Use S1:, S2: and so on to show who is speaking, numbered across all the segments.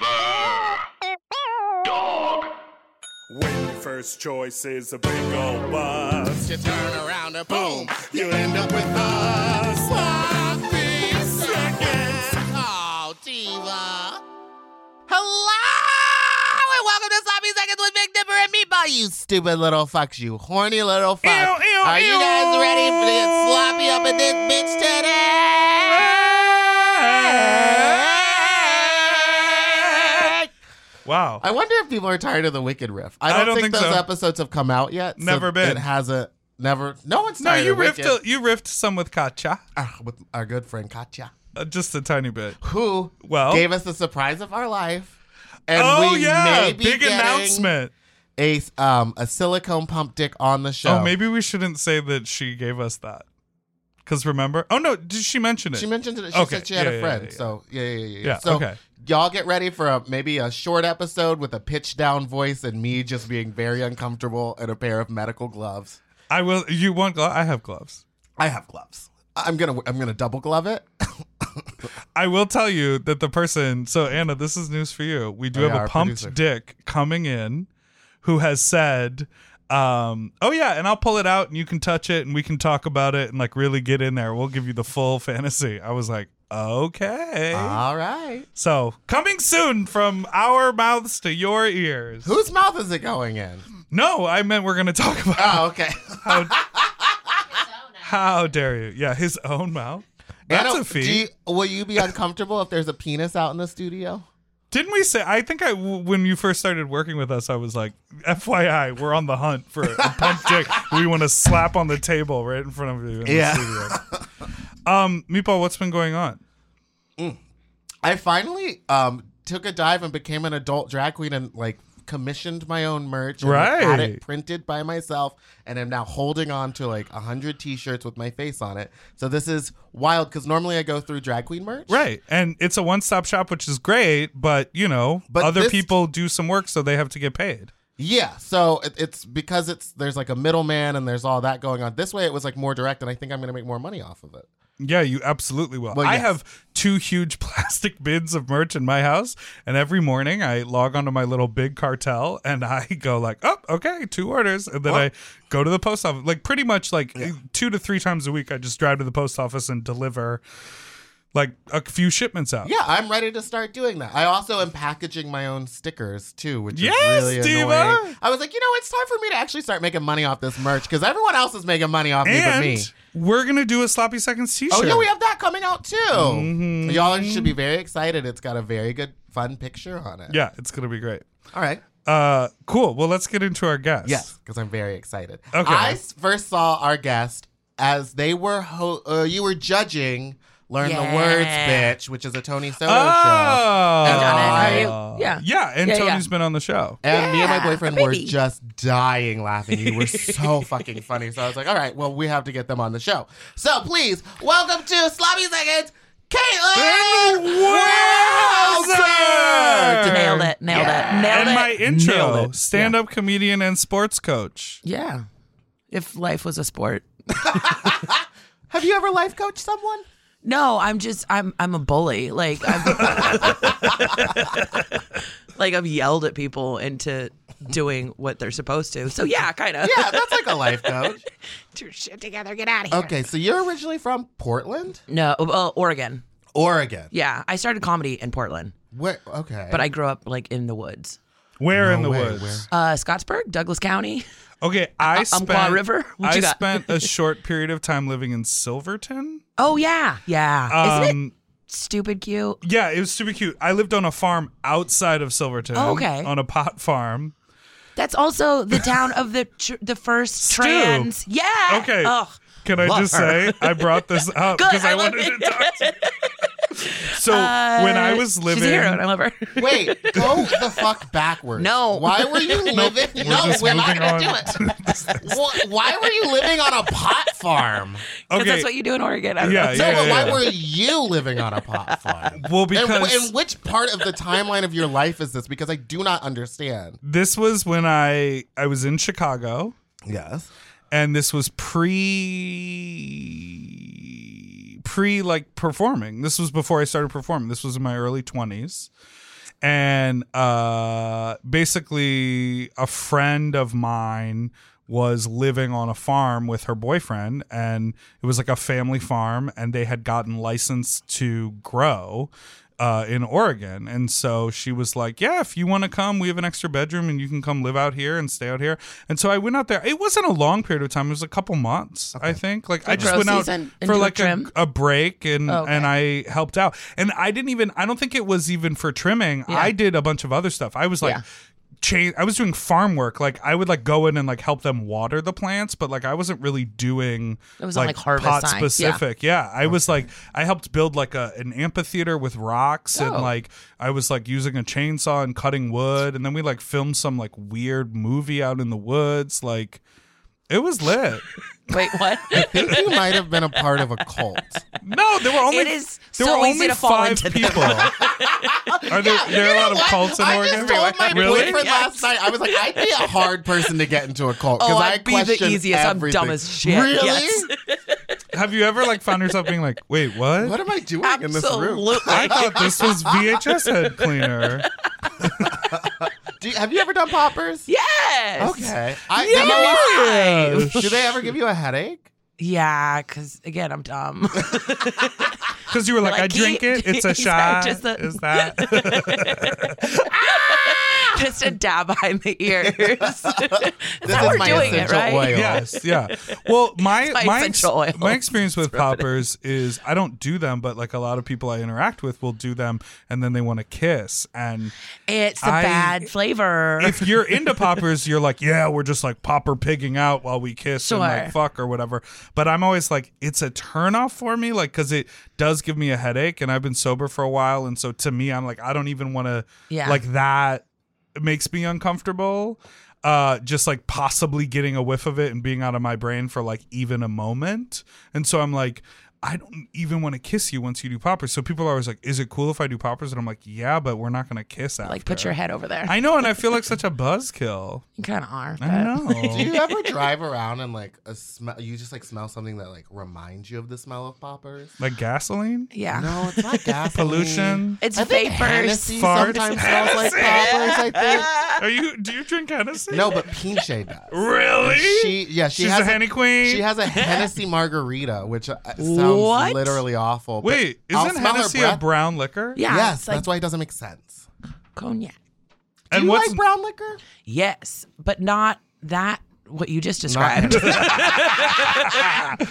S1: Forever. Dog.
S2: When your first choice is a big old bus,
S3: You turn around and boom, you end up with us. Sloppy seconds. Oh, Diva. Hello, and welcome to Sloppy Seconds with Big Dipper and Meatball. You stupid little fucks, you horny little fucks.
S2: Ew, ew,
S3: Are you guys
S2: ew.
S3: ready for to get sloppy up in this bitch today?
S4: Wow.
S3: I wonder if people are tired of the Wicked riff. I
S4: I
S3: don't,
S4: don't
S3: think,
S4: think
S3: those
S4: so.
S3: episodes have come out yet. so
S4: Never been.
S3: It hasn't. Never. No one's
S4: no,
S3: tired
S4: you
S3: of
S4: riffed
S3: Wicked.
S4: a, you riffed some with Katja,
S3: Ah, with our good friend Katya,
S4: uh, just a tiny bit.
S3: who
S4: Well.
S3: gave us the surprise of our life. And
S4: oh
S3: we
S4: yeah,
S3: may be
S4: big
S3: getting
S4: announcement.
S3: A um a silicone pump dick on the show.
S4: Oh, maybe we shouldn't say that she gave us that. Cause remember? Oh no, did she mention it?
S3: She mentioned it. She
S4: Okay,
S3: said she had
S4: yeah,
S3: a
S4: yeah,
S3: friend.
S4: yeah, yeah.
S3: So yeah, yeah, yeah. yeah.
S4: Yeah,
S3: So
S4: okay.
S3: y'all get ready for a, maybe a short episode with a pitch down voice and me just being very uncomfortable in a pair of medical gloves.
S4: I will. You want gloves? I have gloves.
S3: I have gloves. I'm gonna I'm gonna double glove it.
S4: I will tell you that the person. So Anna, this is news for you. We do
S3: Oh, yeah,
S4: have
S3: our
S4: a pumped
S3: producer.
S4: dick coming in, who has said, um, "Oh yeah, and I'll pull it out and you can touch it and we can talk about it and like really get in there. We'll give you the full fantasy." I was like, "Okay."
S3: All right.
S4: So coming soon from our mouths to your ears.
S3: Whose mouth is it going in?
S4: No, I meant we're gonna talk about
S3: Oh, okay.
S4: how dare you? Yeah, his own mouth. That's
S3: Anna,
S4: a feat.
S3: do you- will you be uncomfortable if there's a penis out in the studio?
S4: Didn't we say? I think I when you first started working with us, I was like, "FYI, we're on the hunt for a pump dick. We want to slap on the table right in front of you." In
S3: Yeah.
S4: The studio. um, Meatball, what's been going on?
S3: I finally um, took a dive and became an adult drag queen and like commissioned my own merch. And like, Had it
S4: Right.
S3: printed by myself, and I'm now holding on to like hundred T-shirts with my face on it. So this is wild because normally I go through drag queen merch.
S4: Right, and it's a one-stop shop, which is great, but you know,
S3: But
S4: other
S3: this-
S4: people do some work, so they have to get paid.
S3: Yeah, so it, it's because it's there's like a middleman and there's all that going on. This way, it was like more direct, and I think I'm gonna make more money off of it.
S4: Yeah, you absolutely will.
S3: Well,
S4: I
S3: yes.
S4: have two huge plastic bins of merch in my house, and every morning I log onto my little big cartel and I go like, "Oh, okay, two orders," and then I go to the post office. Like pretty much like two to three times a week, I just drive to the post office and deliver like a few shipments out.
S3: Yeah, I'm ready to start doing that. I also am packaging my own stickers too, which
S4: Yes,
S3: is really
S4: diva!
S3: annoying. I was like, you know, it's time for me to actually start making money off this merch because everyone else is making money off me but
S4: and
S3: me.
S4: we're gonna do a sloppy seconds T-shirt.
S3: Oh yeah, we have that coming out too.
S4: Mm-hmm.
S3: Y'all should be very excited. It's got a very good, fun picture on it.
S4: Yeah, it's gonna be great.
S3: All right.
S4: Uh, cool. Well, let's get into our guest.
S3: Yes, because I'm very excited.
S4: Okay.
S3: I s- first saw our guest as they were ho- uh, you were judging "Learn the Words,
S5: Yeah.
S3: Bitch," which is a Tony Soto show. And
S4: Oh,
S3: Donna,
S5: how are you? Yeah.
S4: yeah. And
S5: Yeah,
S4: Tony's
S5: yeah.
S4: been on the show.
S3: And me and my
S5: Yeah,
S3: boyfriend
S5: a
S3: were
S5: baby.
S3: just dying laughing. You were so fucking funny. So I was like, all right, well, we have to get them on the show. So please, welcome to Sloppy Seconds, Caitlin Wowzer!
S4: Wowzer!
S5: Nailed it. Nailed it. Nailed
S4: and
S5: it.
S4: my intro
S5: Nailed it.
S4: stand up comedian and sports coach.
S5: Yeah. Yeah. If life was a sport.
S3: Have you ever life coached someone?
S5: No, I'm just I'm I'm a bully. Like I'm like I've yelled at people into doing what they're supposed to. So yeah, kind of.
S3: Yeah, that's like a life coach.
S5: Get your shit together. Get out of here.
S3: Okay, so you're originally from Portland,
S5: No, uh, well, Oregon.
S3: Oregon.
S5: Yeah, I started comedy in Portland,
S3: Where, okay,
S5: but I grew up like in the woods.
S4: Where in the
S3: way,
S4: woods?
S3: where?
S5: Uh, Scottsburg, Douglas County.
S4: Okay, I
S5: Umpqua
S4: spent
S5: River? What
S4: I
S5: you got?
S4: spent a short period of time living in Silverton.
S5: Oh yeah, yeah. Isn't
S4: Um,
S5: it stupid cute?
S4: yeah, it was super cute. I lived on a farm outside of Silverton.
S5: Oh, okay.
S4: on a pot farm.
S5: That's also the town of the tr- the first
S4: Stu.
S5: trans. Yeah.
S4: Okay.
S5: Ugh.
S4: Can I
S5: Love
S4: just say
S5: her.
S4: I brought this up
S5: Good,
S4: because I,
S5: I love
S4: wanted
S5: it.
S4: to talk to you. So when I was living,
S5: Uh, she's a hero and I love her.
S3: Wait, go the fuck backwards.
S5: No.
S3: why were you living?
S4: we're
S3: no,
S4: just
S3: we're not
S4: moving
S3: gonna
S4: on
S3: do
S4: to this
S3: it. Wh- why were you living on a pot farm?
S5: Because
S4: okay,
S5: that's what you do in Oregon. I don't
S4: Yeah,
S5: know.
S3: No,
S4: yeah.
S3: but why were you living on a pot farm?
S4: well
S3: And,
S4: because
S3: and which part of the timeline of your life is this? Because I do not understand.
S4: this was when I I was in Chicago.
S3: Yes.
S4: and this was pre pre like performing. This was before I started performing. This was in my early 20s. And uh basically a friend of mine was living on a farm with her boyfriend and it was like a family farm and they had gotten licensed to grow uh, in Oregon. And so she was like, Yeah, if you want to come, we have an extra bedroom and you can come live out here and stay out here. And so I went out there. It wasn't a long period of time, it was a couple months, I think. Like, I just
S5: grow
S4: went out
S6: season into
S4: for
S6: a
S4: like a,
S6: trim?
S4: a break and,
S6: Oh, okay.
S4: and I helped out. And I didn't even, I don't think it was even for trimming. I did a bunch of other stuff. I was like,
S6: Yeah.
S4: cha- I was doing farm work. Like I would like go in and like help them water the plants, but like I wasn't really doing
S6: It wasn't, like, harvest
S4: pot
S6: time. Yeah.
S4: specific. Yeah, I was like I helped build like a an amphitheater with rocks and
S6: Oh.
S4: like I was like using a chainsaw and cutting wood, and then we like filmed some like weird movie out in the woods. Like it was lit.
S6: Wait, what?
S3: I think you might have been a part of a cult.
S4: no, there were only
S5: It is
S4: there
S5: so
S4: were
S5: easy
S4: only
S5: to fall
S4: five
S5: into them.
S4: people. Are there, there are a lot of cults in
S3: I
S4: Oregon?
S3: just told my
S4: really?
S3: boyfriend last night. I was like, I'd be a hard person to get into a cult
S5: Oh,
S3: because I
S5: I'd be the
S3: question
S5: easiest. I'm
S3: everything.
S5: dumb as shit.
S3: Really?
S5: Yes.
S4: Have you ever like found yourself being like, wait,
S3: What am I doing in this room?
S5: Absolutely.
S4: I thought this was VHS head cleaner.
S3: Do you, have you ever done poppers?
S5: Yes.
S3: Okay. I,
S5: Yes.
S3: Do they ever give you a headache?
S5: Yeah, because again, I'm dumb.
S4: Because you were like,
S5: Like,
S4: I drink
S5: he-
S4: it, it's a
S5: he's
S4: shot.
S5: like, just a-
S4: Is that?
S5: Just a dab behind the ears. That's
S3: This
S5: how
S3: is
S5: we're
S3: my
S5: doing it,
S3: essential
S5: right?
S3: oil.
S4: yes, yeah. Well, my
S5: my
S4: my, ex-
S5: essential oil.
S4: my experience with poppers is I don't do them, but like a lot of people I interact with will do them, and then they want to kiss. And
S5: It's a
S4: I-
S5: bad flavor.
S4: if you're into poppers, you're like, yeah, we're just like popper pigging out while we kiss and like
S5: Sure.
S4: fuck or whatever. But I'm always like, it's a turnoff for me, like because it does give me a headache, and I've been sober for a while, and so to me, I'm like, I don't even want to.
S5: Yeah.
S4: Like that makes me uncomfortable. Uh, just like possibly getting a whiff of it and being out of my brain for like even a moment, and so I'm like. I don't even want to kiss you once you do poppers. So people are always like, "Is it cool if I do poppers?" And I'm like, "Yeah, but we're not gonna kiss after."
S5: like, put your head over there.
S4: I know, and I feel like such a buzzkill.
S5: you kind of are.
S4: I
S5: but-
S3: Do
S4: know.
S3: you ever drive around and like a smell? You just like smell something that like reminds you of the smell of poppers.
S4: like gasoline,
S5: Yeah.
S3: No, it's not gas.
S4: pollution.
S5: It's
S3: I think
S5: vapors.
S3: Hennessy
S4: Farts.
S3: sometimes smells like poppers. I think.
S4: Are you? Do you drink Hennessy?
S3: No, but Pinche does.
S4: Really?
S3: She yeah she
S4: She's
S3: has
S4: a Henny queen.
S3: She has a Hennessy margarita, which uh, sounds
S5: What?
S3: literally awful. but
S4: Wait,
S3: I'll
S4: isn't
S3: smell her
S4: Hennessy a
S3: breath.
S4: brown liquor?
S5: Yeah.
S3: Yes,
S5: it's like
S3: that's why it doesn't make sense.
S5: cognac.
S3: Do
S4: And
S3: you
S4: what's
S3: like brown liquor?
S5: Yes, but not that what you just described.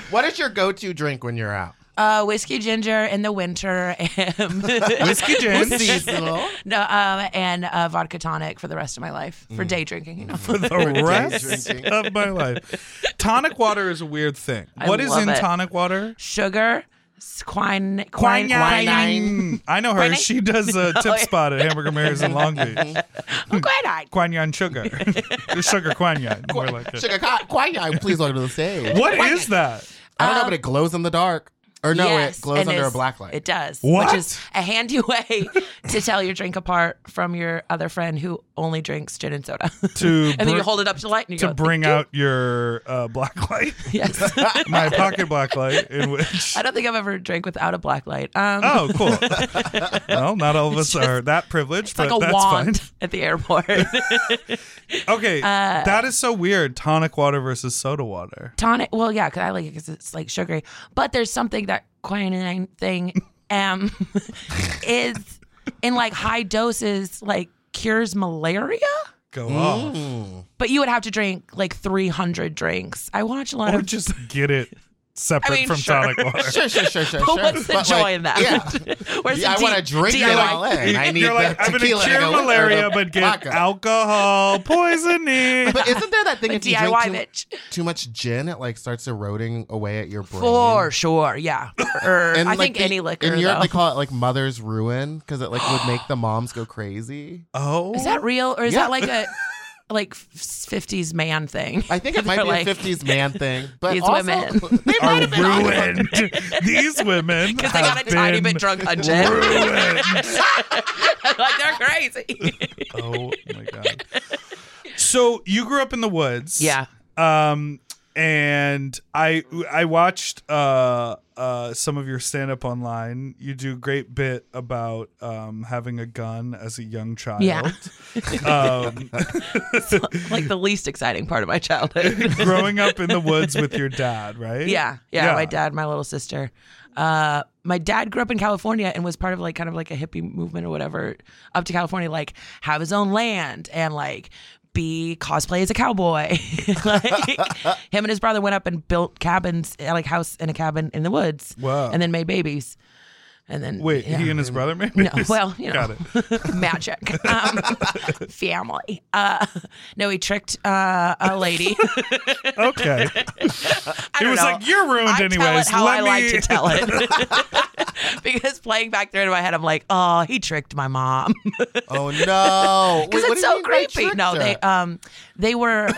S3: What is your go-to drink when you're out?
S5: uh, whiskey ginger in the winter. And
S4: whiskey gin?
S3: Seasonal.
S5: no, um, and uh, vodka tonic for the rest of my life for day drinking. You know,
S4: Mm. the rest
S3: drinking.
S4: of my life. Tonic water is a weird thing. what is
S5: love
S4: in
S5: it.
S4: tonic water?
S5: sugar, s- quine, quine,
S4: Quinine. I know her.
S5: Quinine?
S4: She does a tip
S5: yeah.
S4: spot at Hamburger Mary's in Long Beach.
S5: Oh, quinine.
S4: Quinine sugar. sugar quinine. More like it.
S3: Sugar ca- quinine, please order the stage.
S4: What is that?
S3: I don't know, but it glows in the dark. Or no,
S5: Uh, Yes,
S3: it glows
S5: and
S3: under a
S5: it's-
S3: black light.
S5: It does.
S4: What?
S5: Which is a handy way to tell your drink apart from your other friend who only drinks gin and soda.
S4: To
S5: and then
S4: br-
S5: you hold it up to the light and you
S4: to
S5: go,
S4: bring out your uh, black light,
S5: yes.
S4: my pocket black light, in which.
S5: I don't think I've ever drank without a black light. Um,
S4: Oh, cool. well, not all of us are that privileged,
S5: it's
S4: but
S5: like a
S4: that's
S5: wand Uh, at the airport.
S4: fine. Okay, that is so weird. Tonic water versus soda water.
S5: Tonic. Well, yeah, because I like it because it's like sugary. But there's something that quinine thing um, is in like high doses, like cures malaria.
S4: Go off.
S3: Hmm.
S5: But you would have to drink like 300 drinks. I watch a lot
S4: Or
S5: of
S4: just get it separate
S5: I mean,
S4: from
S5: sure.
S4: tonic water.
S3: Sure, sure, sure, sure,
S5: But
S3: sure.
S5: what's the
S3: But,
S5: joy
S3: like,
S5: in that?
S3: Yeah.
S5: Where's
S3: Yeah, I
S5: the
S3: want to
S5: D-
S3: drink it
S5: DIY?
S3: all in. I need
S4: You're like,
S3: the
S4: I'm
S3: tequila
S4: gonna cure
S3: go with it,
S4: malaria,
S3: or the
S4: but get
S3: vodka.
S4: alcohol poisoning.
S3: But isn't there that thing
S5: The
S3: if you drink
S5: DIY
S3: too,
S5: bitch.
S3: too much gin, it like starts eroding away at your brain?
S5: For sure, yeah. Or, I
S3: like,
S5: think
S3: they-
S5: any liquor.
S3: In Europe,
S5: though.
S3: they call it like mother's ruin because it like would make the moms go crazy.
S4: oh,
S5: is that real, or is
S3: Yeah.
S5: that like a like fifties man thing?
S3: I think it might
S5: They're
S3: be
S5: like,
S3: a 50s man thing, but
S5: "These
S3: also,
S5: women."
S3: they might
S4: are
S3: have been on it.
S4: ruined. These women
S5: Because they got a tiny bit drunk on gin.
S4: Ruined.
S5: like they're crazy.
S4: Oh my god. So you grew up in the woods.
S5: Yeah.
S4: Um and I I watched uh uh some of your stand up online. You do a great bit about um having a gun as a young child.
S5: Yeah.
S4: Um,
S5: like the least exciting part of my childhood.
S4: growing up in the woods with your dad, right?
S5: yeah, yeah, My dad, my little sister. Uh, my dad grew up in California and was part of like kind of like a hippie movement or whatever up to California, like have his own land and like be cosplay as a cowboy. like him and his brother went up and built cabins, uh, like house in a cabin in the woods.
S4: Wow.
S5: And then made babies. And then
S4: Wait,
S5: yeah.
S4: he and his brother maybe.
S5: No, well, you
S4: Got
S5: know, magic, um, family. Uh, no, he tricked uh, a lady.
S4: Okay.
S5: I
S4: It
S5: don't
S4: was
S5: know.
S4: like you're ruined
S5: I
S4: anyways.
S5: tell it how
S4: Let
S5: I
S4: me
S5: like to tell it. because playing back through in my head, I'm like, oh, he tricked my mom.
S3: Oh no!
S5: Because
S3: Wait, what
S5: it's
S3: do you
S5: so
S3: mean by
S5: creepy.
S3: tricked
S5: No,
S3: her?
S5: they um, they were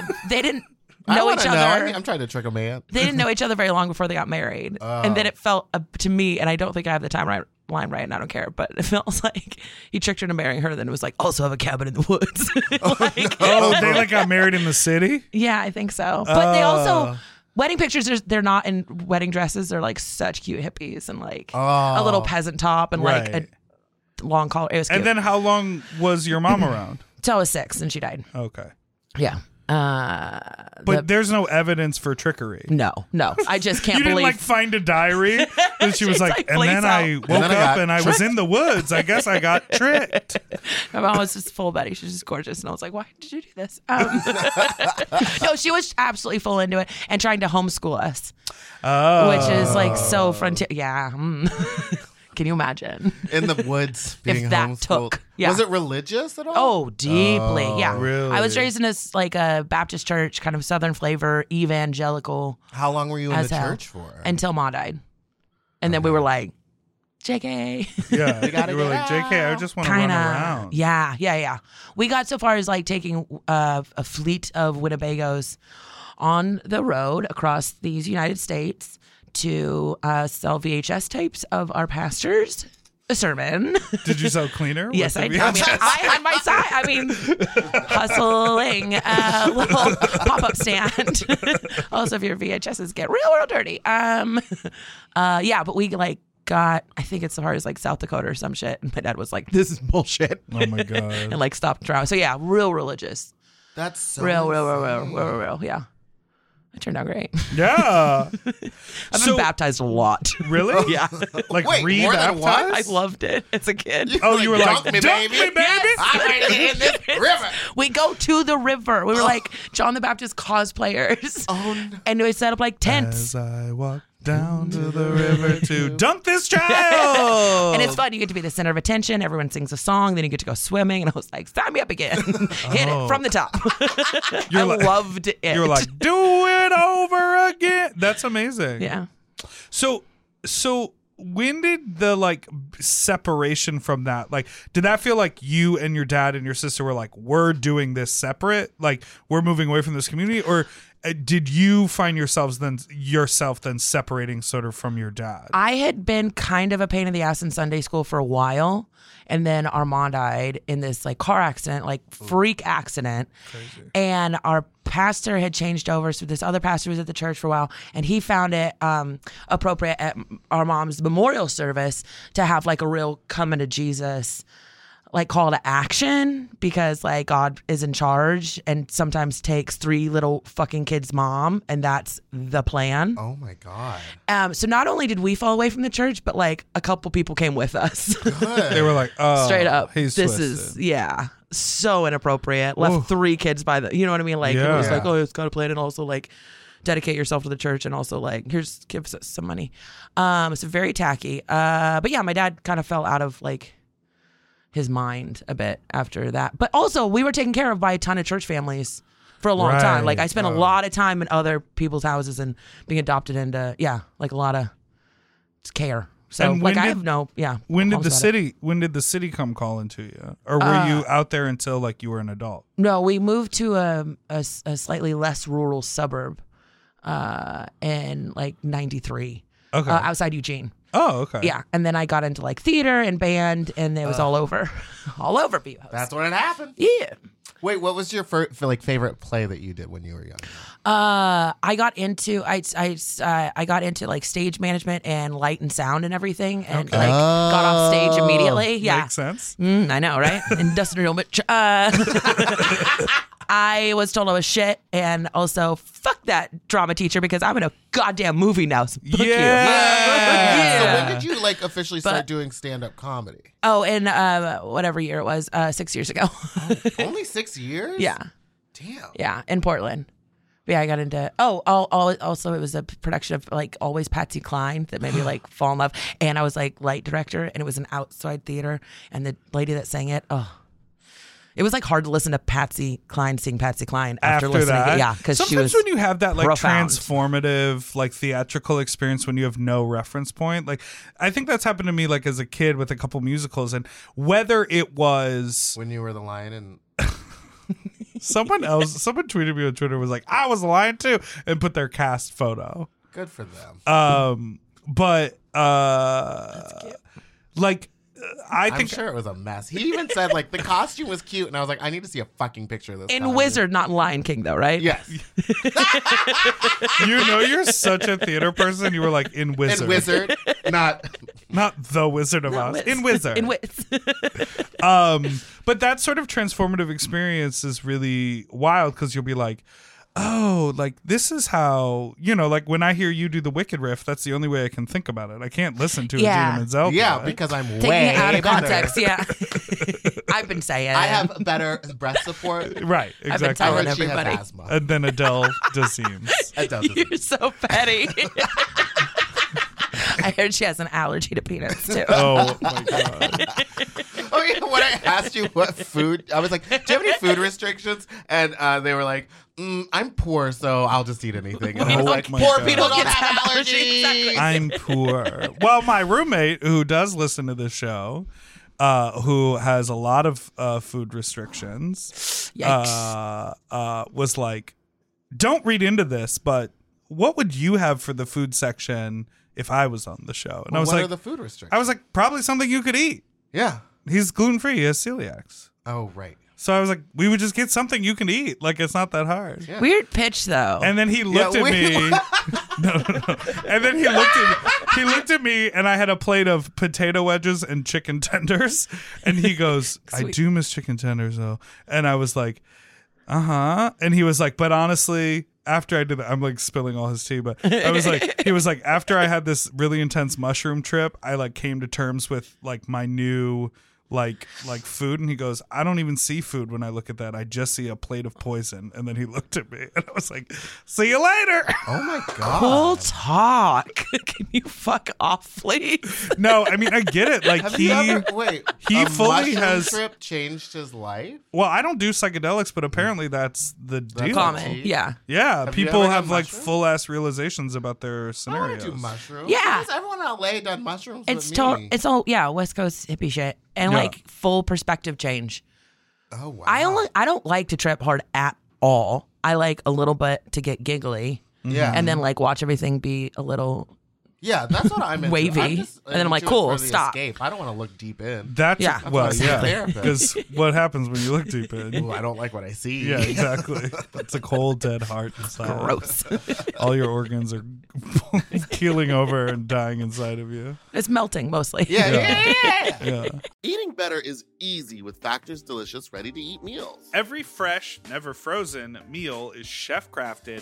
S5: they didn't
S3: I
S5: know
S3: wanna
S5: each
S3: Know. I
S5: other.
S3: mean, I'm trying to trick a man.
S5: they didn't know each other very long before they got married, and
S4: Oh.
S5: then it felt uh, to me, and I don't think I have the timeline line right, and I don't care, but it feels like he tricked her into marrying her, then it was like also have a cabin in the woods. Like-
S4: Oh, they like got married in the city?
S5: Yeah, I think so. But they also
S4: Oh.
S5: wedding pictures. They're, they're not in wedding dresses. They're like such cute hippies and like a
S3: Oh.
S5: little peasant top and like
S4: Right.
S5: a long collar. It was cute.
S4: And then how long was your mom around?
S5: so I was six and she died.
S4: Okay.
S5: Yeah. Uh,
S4: But there's no evidence for trickery.
S5: no, no, I just can't
S4: you didn't
S5: believe.
S4: like find a diary and she was
S5: She's
S4: like,
S5: like,
S4: and
S5: "Please
S4: then i
S5: help."
S4: woke
S3: And then I
S4: up
S3: got
S4: and i was in the woods i guess i got tricked
S5: My mom was just full Betty. She was just gorgeous, and I was like, "Why did you do this?" Um, no, she was absolutely full into it and trying to homeschool us,
S4: oh
S5: which is like so frontier. Yeah, mm. can you imagine?
S3: in the woods being
S5: that
S3: homeschooled.
S5: took- yeah.
S3: Was it religious at all?
S5: Oh, deeply. yeah. I was
S4: really?
S5: raised in a s- like a Baptist church, kind of southern flavor, evangelical
S3: How long were you in
S5: as
S3: the
S5: hell.
S3: church for?
S5: Until Ma died. And then we
S4: Uh-huh.
S5: were like, JK.
S4: yeah
S3: gotta
S4: you were
S3: get
S4: like jk i just want to run
S5: Kinda.
S4: around
S5: Yeah, yeah, yeah. We got so far as like taking uh, a fleet of Winnebagos on the road across these United States to uh, sell VHS tapes of our pastor's sermon.
S4: did you sell cleaner
S5: Yes, I,
S4: With
S5: I
S4: the
S5: mean, I,
S4: VHS?
S5: I had my side. I mean, hustling uh, little pop up stand. also, if your VHSs get real, real dirty. Um, uh, yeah, but we like got. I think it's as far as like South Dakota or some shit. And my dad was like, "This is bullshit,"
S4: oh my
S5: and
S4: god
S5: like stopped driving. So yeah, real religious,
S3: That's so
S5: real, real, real, real,
S3: insane.
S5: real, real, real. Yeah, it turned out great.
S4: yeah
S5: I've
S4: So-
S5: been baptized a lot.
S4: really
S5: yeah,
S4: like
S3: Oh, Wait,
S4: re
S3: more than
S4: baptized?
S5: I
S3: once?
S5: loved it as a kid.
S4: oh you were
S3: Dunk
S4: like
S3: me,
S4: "Dunk
S3: baby."
S4: me, baby."
S3: I'm ready in this river.
S5: We go to the river. We were like John the Baptist cosplayers.
S3: Oh, no.
S5: And we set up like
S4: as
S5: tents.
S4: i walk down to the river to dump this child
S5: And it's fun. You get to be the center of attention. Everyone sings a song. Then you get to go swimming. And I was like, sign me up again. Hit
S4: Oh.
S5: it from the top. I
S4: like-
S5: loved it.
S4: you were like do it over again that's amazing
S5: yeah.
S4: So so when did the like b- separation from that like did that feel like you and your dad and your sister were like we're doing this separate like we're moving away from this community or uh, did you find yourselves then yourself then separating sort of from your dad
S5: I had been kind of a pain in the ass in Sunday school for a while. And then Armand died in this like car accident, like freak accident. And our pastor had changed over. So this other pastor was at the church for a while. And he found it um, appropriate at our mom's memorial service to have like a real coming to Jesus like call to action because like God is in charge and sometimes takes three little fucking kids mom and that's the plan.
S3: Oh my god.
S5: Um, so not only did we fall away from the church, but like a couple people came with us.
S4: they were like oh
S5: Straight up.
S4: he's
S5: this
S4: twisted.
S5: is yeah. So inappropriate. Left
S4: Ooh.
S5: three kids by the you know what I mean? Like it was
S4: Yeah.
S5: like, oh, it's gotta plan and also like dedicate yourself to the church and also like here's give us some money. Um so very tacky. Uh but yeah, my dad kind of fell out of like his mind a bit after that. But also we were taken care of by a ton of church families for a long time. Like
S4: Right. Oh.
S5: I spent a lot of time in other people's houses and being adopted into yeah, like a lot of care. So
S4: And
S5: like
S4: when
S5: I
S4: did-
S5: have no yeah.
S4: when did
S5: qualms
S4: the
S5: about it. Uh,
S4: city when did the city come calling to you or were you out there until like you were an adult
S5: No, we moved to a, a, a slightly less rural suburb uh, in like 93
S4: okay
S5: uh, outside Eugene.
S4: oh okay
S5: Yeah. And then I got into like theater and band and it was all over. all over Beavos.
S3: That's when it happened.
S5: Yeah.
S3: Wait, what was your fir- for, like favorite play that you did when you were young?
S5: Uh, I got into I I uh, I got into like stage management and light and sound and everything, and like got off stage
S3: Oh,
S5: immediately. Yeah,
S4: Makes sense.
S5: Mm, I know, right? Industrial bitch. Uh, I was told I was shit, and also fuck that drama teacher because I'm in a goddamn movie now. So fuck you.
S4: Yeah.
S3: So
S5: Yeah.
S3: when did you like officially start
S5: But-
S3: doing stand up comedy?
S5: Oh, and uh, whatever year it was, uh, six years ago.
S3: Only six years?
S5: yeah,
S3: Damn.
S5: yeah, in Portland. But yeah, I got into oh, all, all, also it was a production of like always Patsy Cline that made me like fall in love, and I was like light director, and it was an outside theater, and the lady that sang it, oh. It was like hard to listen to Patsy Cline sing Patsy Cline after,
S4: After
S5: listening
S4: that,
S5: to yeah, because
S4: sometimes
S5: she was
S4: when you have that like
S5: profound.
S4: transformative, like theatrical experience when you have no reference point, like I think that's happened to me like as a kid with a couple musicals, and whether it was
S3: When you were the lion and
S4: Someone else, someone tweeted me on Twitter was like, "I was lying too," and put their cast photo.
S3: good for them.
S4: Um, but uh, like, uh, I
S3: I'm
S4: think
S3: sure it was a mess. He even said like the costume was cute, and I was like, I need to see a fucking picture of this.
S5: in
S3: costume.
S5: Wizard, not in Lion King though, right?
S3: Yes.
S4: you know you're such a theater person. You were like in Wizard,
S3: And Wizard, not
S4: not the Wizard of Oz, in Wizard,
S5: in Wiz.
S4: um, but that sort of transformative experience is really wild because you'll be like, oh, like this is how you know, like when I hear you do the Wicked riff, that's the only way I can think about it. I can't listen to
S5: Yeah.
S4: Adina Menzel. do
S3: yeah,
S4: it.
S3: because I'm
S5: Taking
S3: way
S5: it out of
S3: better.
S5: context, yeah. I've been saying
S3: I have better breast support.
S4: right,
S5: I've
S4: exactly.
S5: been
S3: I
S5: telling
S3: heard she has
S5: everybody.
S3: asthma.
S4: and then Adele Dazeem.
S3: It does.
S5: You're so petty. I heard she has an allergy to peanuts too.
S4: Oh my god!
S3: Oh yeah, when I asked you what food, I was like, "Do you have any food restrictions?" And uh, they were like, mm, "I'm poor, so I'll just eat anything." And I was
S4: Oh
S3: like,
S4: my
S3: "Poor
S4: God.
S3: people don't
S5: Yes,
S3: have allergies."
S5: allergies, exactly.
S4: I'm poor. Well, my roommate who does listen to the show, uh, who has a lot of uh, food restrictions,
S5: Yikes.
S4: uh, uh, was like, "Don't read into this, but what would you have for the food section if I was on the show?" And I was
S3: what
S4: like,
S3: are the food
S4: "I
S3: restrictions?"
S4: was like, probably something you could eat.
S3: yeah.
S4: He's gluten free. He has celiacs."
S3: Oh right.
S4: So I was like, we would just get something you can eat. Like it's not that hard.
S3: yeah.
S5: Weird pitch though.
S4: And uh, then he looked at
S3: Yeah, we-
S4: me. no, no, no. And then he looked at he looked at me, and I had a plate of potato wedges and chicken tenders. And he goes, "I
S5: Sweet.
S4: do miss chicken tenders, though." And I was like, "Uh huh." And he was like, "But honestly." After I did that, I'm like spilling all his tea, but I was like, he was like, after I had this really intense mushroom trip, I like came to terms with like my new like like food and he goes i don't even see food when i look at that i just see a plate of poison and then he looked at me and i was like see you later
S3: Oh my god.
S5: Cool talk. Can you fuck off, please?
S4: no i mean i get it like
S3: Have
S4: he
S3: you ever wait?
S4: he
S3: a
S4: fully
S3: mushroom
S4: has-
S3: trip changed his life.
S4: well i don't do psychedelics but apparently that's the deal
S5: Common. Yeah.
S4: yeah
S3: Have you
S4: people
S3: ever had
S4: have like
S3: mushrooms?
S4: full ass realizations about their
S3: I want
S4: scenarios
S3: to do mushrooms.
S5: Yeah.
S3: Why has everyone in LA done mushrooms?
S5: It's
S3: but
S5: to-
S3: me?
S5: it's all yeah, West Coast hippie shit. And
S4: Yeah.
S5: like full perspective change.
S3: oh wow.
S5: I only I don't like to trip hard at all. I like a little bit to get giggly
S4: Mm-hmm.
S3: yeah
S5: and then like watch everything be a little
S3: yeah that's what I'm into.
S5: Wavy.
S3: I'm just
S5: And then I'm like,
S3: into it for
S5: cool,
S3: the
S5: stop.
S3: Escape. I don't want to look deep in.
S4: that's
S5: Yeah. That's
S4: well
S3: what I said
S4: yeah
S3: there, but-
S4: because what happens when you look deep in
S3: Ooh, I don't like what I see.
S4: yeah exactly it's a cold dead heart inside.
S5: gross.
S4: all your organs are keeling over and dying inside of you
S5: it's melting mostly.
S6: Yeah,
S4: Yeah.
S6: yeah, yeah.
S4: yeah
S6: Eating better is easy with Factor's delicious ready to eat meals.
S4: Every fresh, never frozen meal is chef crafted,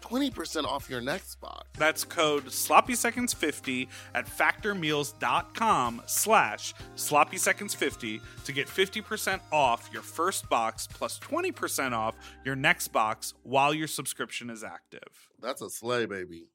S6: 20% off your next box.
S4: That's code sloppyseconds50 at factormeals.com slash sloppyseconds50 to get 50% off your first box plus 20% off your next box while your subscription is active.
S6: That's a sleigh, baby.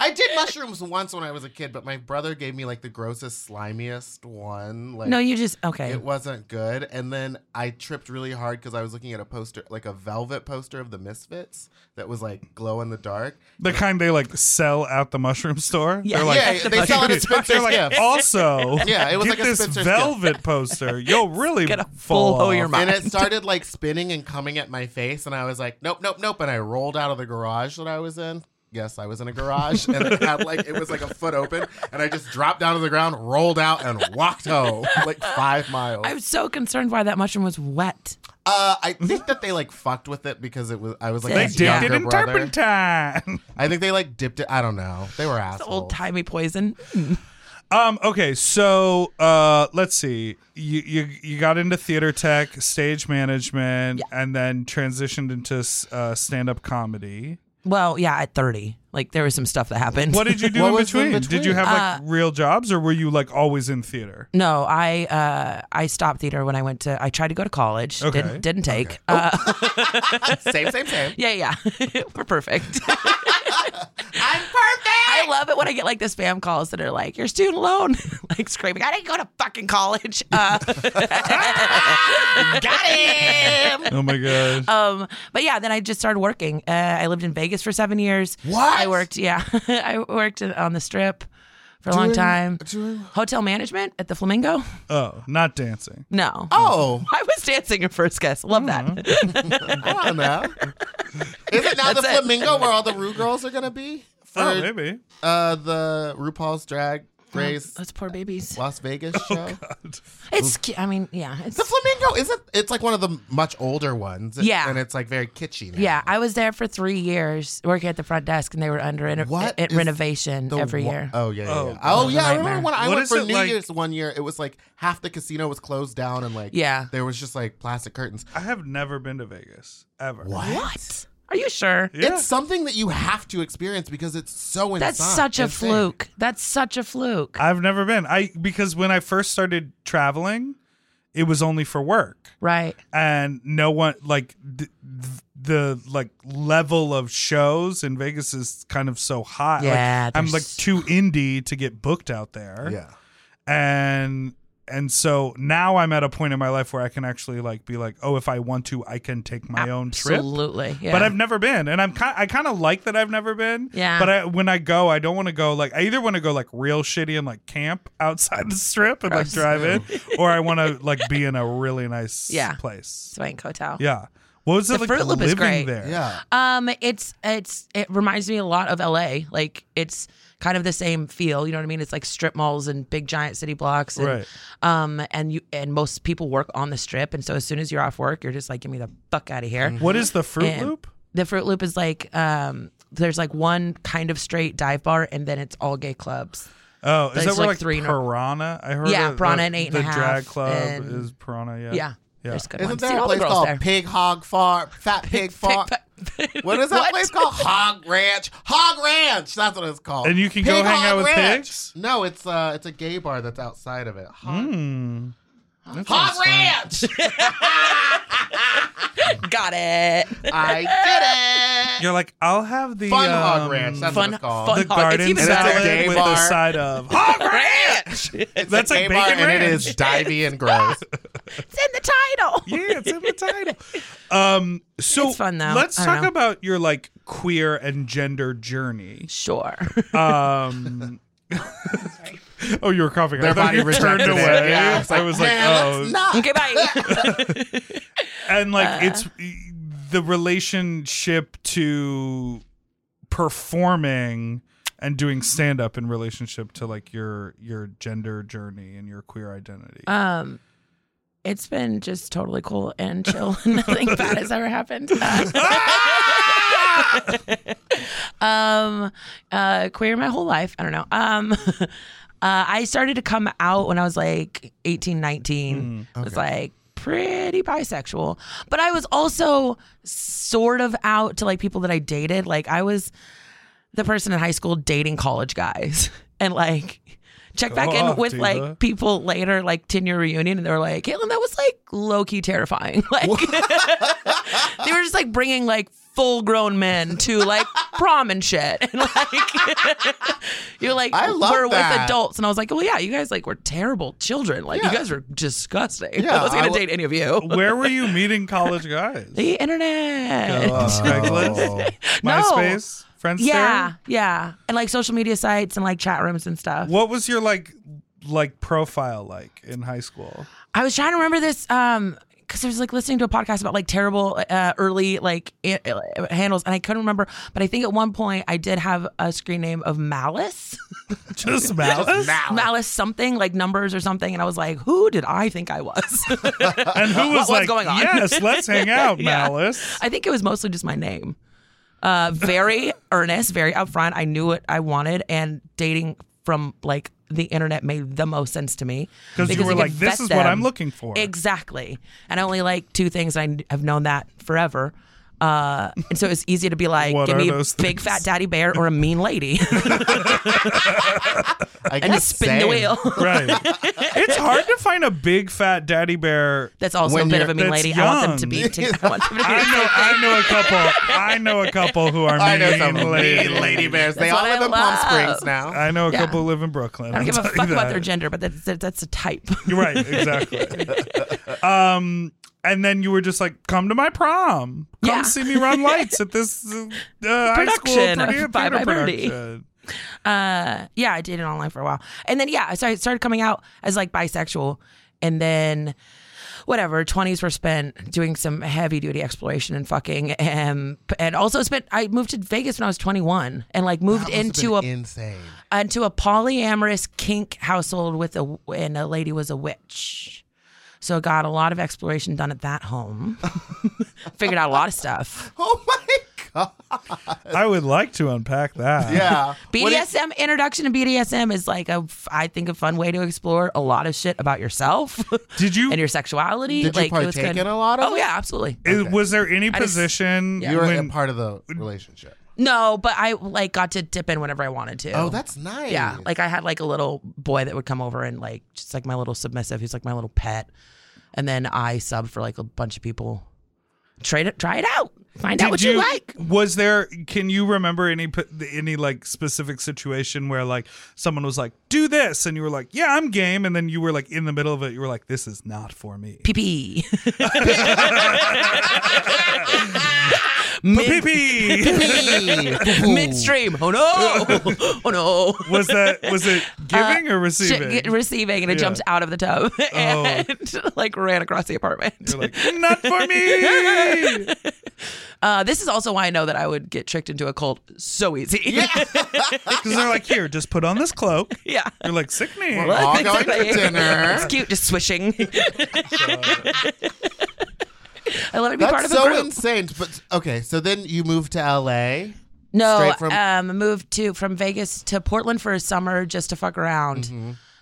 S3: I did mushrooms once when I was a kid, but my brother gave me like the grossest, slimiest one. Like
S5: no, you just okay.
S3: It wasn't good. And then I tripped really hard because I was looking at a poster, like a velvet poster of the Misfits that was like glow in the dark.
S4: The kind they like sell at the mushroom store.
S5: Yeah.
S4: They're like,
S3: yeah, they sell it at
S4: They're
S3: Spencer's
S4: like, "Oh
S3: Gifts.
S4: also,
S3: Yeah, it was
S4: get
S3: like a
S4: this
S3: Spencer's
S4: velvet poster. You'll really
S5: Gonna
S4: fall
S5: blow
S4: off.
S5: your mind.
S3: And it started like spinning and coming at my face, and I was like, nope, nope, nope. And I rolled out of the garage that I was in. Yes, I was in a garage, and it had like it was like a foot open, and I just dropped down to the ground, rolled out, and walked home like five miles.
S5: I'm so concerned why that mushroom was wet.
S3: Uh, I think that they like fucked with it because it was I was like
S5: They
S4: They
S3: his
S5: It's
S4: dipped
S3: younger
S4: it in
S3: brother.
S4: turpentine.
S3: I think they like dipped it. I don't know. They were
S5: It's
S3: assholes.
S5: old timey poison.
S4: Um, okay, so uh, let's see. You, you you got into theater tech, stage management, and then transitioned into uh, stand up comedy.
S5: Well, yeah, at 30. Like there was some stuff that happened.
S4: What did you do
S3: What
S4: in,
S3: was in
S4: between? Did you
S3: between? Uh,
S4: have like real jobs, or were you like always in theater?
S5: No, I uh, I stopped theater when I went to. I tried to go to college.
S4: Okay.
S5: Didn't didn't take. Uh,
S3: Same, same, same.
S5: yeah, yeah. We're perfect. I'm perfect. I love it when I get like the spam calls that are like your student loan, like screaming, "I didn't go to fucking college." Uh, got him.
S4: Oh my god!
S5: Um, but yeah, then I just started working. Uh, I lived in Vegas for seven years.
S3: What?
S5: I worked, yeah, I worked on the strip for a long
S3: Doing-
S5: time.
S3: doing-
S5: Hotel management at the Flamingo.
S4: oh, not dancing.
S5: No.
S3: Oh,
S5: I was dancing at first guess. Love that.
S3: I don't know. Is it now the
S5: That's it.
S3: flamingo where all the Rue girls are gonna be for
S4: Oh, maybe.
S3: uh, the RuPaul's Drag
S5: Oh,
S3: Race
S5: Those poor babies.
S3: Las Vegas show?
S5: It's. cu- I mean, yeah. It's.
S3: The flamingo isn't. It's like one of the much older ones.
S5: Yeah.
S3: and it's like very kitschy. Now.
S5: Yeah, I was there for three years working at the front desk, and they were under in,
S3: What
S5: at
S3: is
S5: renovation
S3: The
S5: every
S3: wa-
S5: year.
S3: Oh yeah, yeah.
S4: Oh,
S3: yeah. Oh,
S5: God.
S3: yeah. I
S5: Nightmare.
S3: remember when I
S4: What
S3: went
S4: is
S3: for
S4: it
S3: New
S4: like-
S3: Year's one year. It was like half the casino was closed down and like
S5: Yeah.
S3: there was just like plastic curtains.
S4: I have never been to Vegas ever.
S5: What? Are you sure?
S4: Yeah.
S3: It's something that you have to experience because it's so insane.
S5: That's such a
S3: insane.
S5: fluke. That's such a fluke.
S4: I've never been. I because when I first started traveling, it was only for work,
S5: right.
S4: and no one like th- th- the like level of shows in Vegas is kind of so high. Like,
S5: Yeah,
S4: I'm
S5: there's-
S4: like too indie to get booked out there.
S3: Yeah.
S4: and and so now I'm at a point in my life where I can actually like be like, oh, if I want to, I can take my own trip.
S5: Absolutely. Yeah.
S4: But I've never been, and I'm kind. I kind of like that I've never been.
S5: Yeah.
S4: But I, when I go, I don't want to go like I either want to go like real shitty and like camp outside the strip and like
S5: Gross.
S4: drive in, or I want to like be in a really nice
S5: Yeah.
S4: place.
S5: Swank Hotel.
S4: Yeah. What was it
S5: The
S4: like
S5: Fruit Loop
S4: living
S5: is great.
S4: there?
S3: Yeah.
S5: Um, it's it's it reminds me a lot of LA. Like it's kind of the same feel. You know what I mean? It's like strip malls and big giant city blocks. And,
S4: Right.
S5: Um, and you and most people work on the strip, and so as soon as you're off work, you're just like, get me the fuck out of here.
S4: What is the Fruit
S5: And
S4: Loop?
S5: The Fruit Loop is like um, there's like one kind of straight dive bar, and then it's all gay clubs.
S4: Oh, is
S5: There's
S4: that where
S5: like
S4: like
S5: three nor-
S4: Piranha? I heard.
S5: Yeah,
S4: that-
S5: Piranha
S4: that
S5: and Eight and
S4: the
S5: a Half
S4: drag club
S5: and-
S4: is Piranha. Yeah.
S5: Yeah. There's good
S3: Isn't
S5: ones.
S3: there
S5: See
S3: a
S5: all the
S3: place
S5: girls
S3: called
S5: there.
S3: Pig Hog Farm? Fat Pig Farm?
S5: Pig-
S3: What is that
S5: What?
S3: place called? Hog Ranch. Hog Ranch. That's what it's called.
S4: And you can go hang
S3: Hog
S4: out with
S3: Ranch.
S4: pigs?
S3: No, it's uh, it's a gay bar that's outside of it. Hog,
S4: Hmm. That
S3: Hog
S4: sounds fun.
S3: Ranch.
S5: Got it.
S3: I did it.
S4: You're like, I'll have the
S3: Fun Hog
S4: um,
S3: Ranch. That's what
S5: Fun,
S3: it's called.
S4: the
S5: fun hog. It's
S4: garden
S5: even
S3: And it's a
S5: better.
S4: salad
S3: gay
S4: with
S3: bar.
S4: a side of hog ranch. That's
S3: a
S4: like
S3: gay bar,
S4: bacon
S3: and
S4: ranch.
S3: it is divey and gross.
S5: It's in the title.
S4: Yeah, it's in the title. Um, so
S5: It's fun, though.
S4: Let's
S5: I don't
S4: talk
S5: know.
S4: about your like queer and gender journey.
S5: Sure.
S4: Um, oh, you were coughing.
S3: Their
S4: I thought
S3: body
S4: you turned
S3: rejected it.
S4: away.
S3: Yeah, I was
S4: I
S3: like,
S4: was like,
S3: "Man,
S4: oh,
S3: let's not."
S5: okay, bye.
S4: and like
S5: Uh.
S4: it's e, the relationship to performing and doing stand up in relationship to like your your gender journey and your queer identity.
S5: um, it's been just totally cool and chill. Nothing bad has ever happened. um, uh, queer my whole life. I don't know. Um, uh, I started to come out when I was like 18, 19. I was like pretty bisexual, but I was also sort of out to like people that I dated. Like I was the person in high school dating college guys and like check back
S4: Oh,
S5: in with
S4: Diva.
S5: like people later, like 10 year reunion. And they were like, Caitlin, that was like low key terrifying. Like they were just like bringing like full grown men to like prom and shit. And like, you're like,
S3: I love
S5: we're with
S3: that.
S5: adults. And I was like, well, yeah, you guys like were terrible children. Like you
S3: Yeah.
S5: guys were disgusting.
S3: Yeah,
S5: I wasn't
S3: I
S5: going to
S3: w-
S5: date any of you.
S4: Where were you meeting college guys?
S5: The internet.
S4: Craigslist,
S5: No.
S4: MySpace, Friendster.
S5: Yeah, yeah. And like social media sites and like chat rooms and stuff.
S4: What was your like like profile like in high school?
S5: I was trying to remember this um because I was like listening to a podcast about like terrible uh, early like i- uh, handles, and I couldn't remember. But I think at one point I did have a screen name of Malice,
S4: Just malice.
S5: Malice something like numbers or something, and I was like, who did I think I was?
S4: And who was
S5: what's
S4: like,
S5: going on?
S4: yes, let's hang out,
S5: Yeah.
S4: malice.
S5: I think it was mostly just my name. Uh, very earnest, very upfront. I knew what I wanted, and dating from like the internet made the most sense to me
S4: Because you were
S5: could
S4: like, this
S5: vet
S4: is what I'm
S5: them.
S4: looking for.
S5: Exactly. And I only like two things. I kn- have known that forever. Uh, and so it's easy to be like,
S4: What
S5: give
S4: are
S5: me a
S4: those
S5: big
S4: things?
S5: fat daddy bear or a mean lady
S3: I
S5: and
S3: guess
S5: just spin the
S3: same.
S5: wheel.
S4: Right. it's hard to find a big fat daddy bear.
S5: That's also
S3: When
S5: a bit
S3: you're-
S5: of a mean
S4: that's
S5: lady. I want them to be.
S4: young.
S5: T- I want them to be.
S4: I know I know a couple I know a couple who are
S3: I know
S4: mean
S3: some
S4: ladies.
S3: mean lady bears. They
S5: That's
S3: all
S5: what I
S3: live in Palm
S5: love.
S3: Springs now.
S4: I know a
S5: Yeah.
S4: couple who live in Brooklyn.
S5: I don't give a fuck about their
S4: gender.
S5: gender, but that's, that's a type.
S4: You're right, exactly. um, and then you were just like, "Come to my prom. Come
S5: Yeah.
S4: see me run lights at this uh, uh, high school
S5: Production of
S4: theater
S5: Bye Bye Birdie.
S4: production."
S5: uh yeah i dated online for a while and then yeah so i started coming out as like bisexual and then whatever 20s were spent doing some heavy duty exploration and fucking um, and also spent i moved to vegas when i was 21 and like moved
S3: That must have
S5: into a
S3: been insane.
S5: into a polyamorous kink household with a and a lady was a witch so got a lot of exploration done at that home figured out a lot of stuff
S3: Oh my god.
S4: I would like to unpack that.
S3: Yeah. What do you-
S5: BDSM introduction to BDSM is like a, f- I think, a fun way to explore a lot of shit about yourself
S4: Did you?
S5: and your sexuality.
S3: Did you
S5: like,
S3: partake in a lot of
S5: Oh
S3: it?
S5: yeah, absolutely.
S4: it- Was there any
S5: just-
S4: position
S3: you were a
S4: when
S3: part of the relationship.
S5: No, but I like got to dip in whenever I wanted to.
S3: Oh, that's nice.
S5: yeah. Like I had like a little boy that would come over and like just like my little submissive. He's like my little pet, and then I sub for like a bunch of people. Try it, try it out. Find out what you, like.
S4: Was there? Can you remember any p- any like specific situation where like someone was like, "Do this," and you were like, "Yeah, I'm game," and then you were like in the middle of it, you were like, "This is not for me."
S5: PP.
S4: Pee pee.
S5: Midstream. Oh no. Oh no.
S4: was that was it giving or
S5: Uh, Shit,
S4: receiving?
S5: get- receiving, and it
S4: Yeah. Oh.
S5: jumped out of the tub and like ran across the apartment.
S4: You're like, not for me.
S5: uh, this is also why I know that I would get tricked into a cult so easy. Yeah,
S4: Because they're like, here, just put on this cloak.
S5: yeah.
S4: You're like, sickening.
S3: We're all going to
S5: It's
S3: dinner.
S5: cute, just swishing. I love to be part
S3: That's
S5: of a
S3: so
S5: group.
S3: insane. But okay, so then you moved to LA.
S5: no,
S3: straight from-
S5: um, moved to from Vegas to Portland for a summer just to fuck around.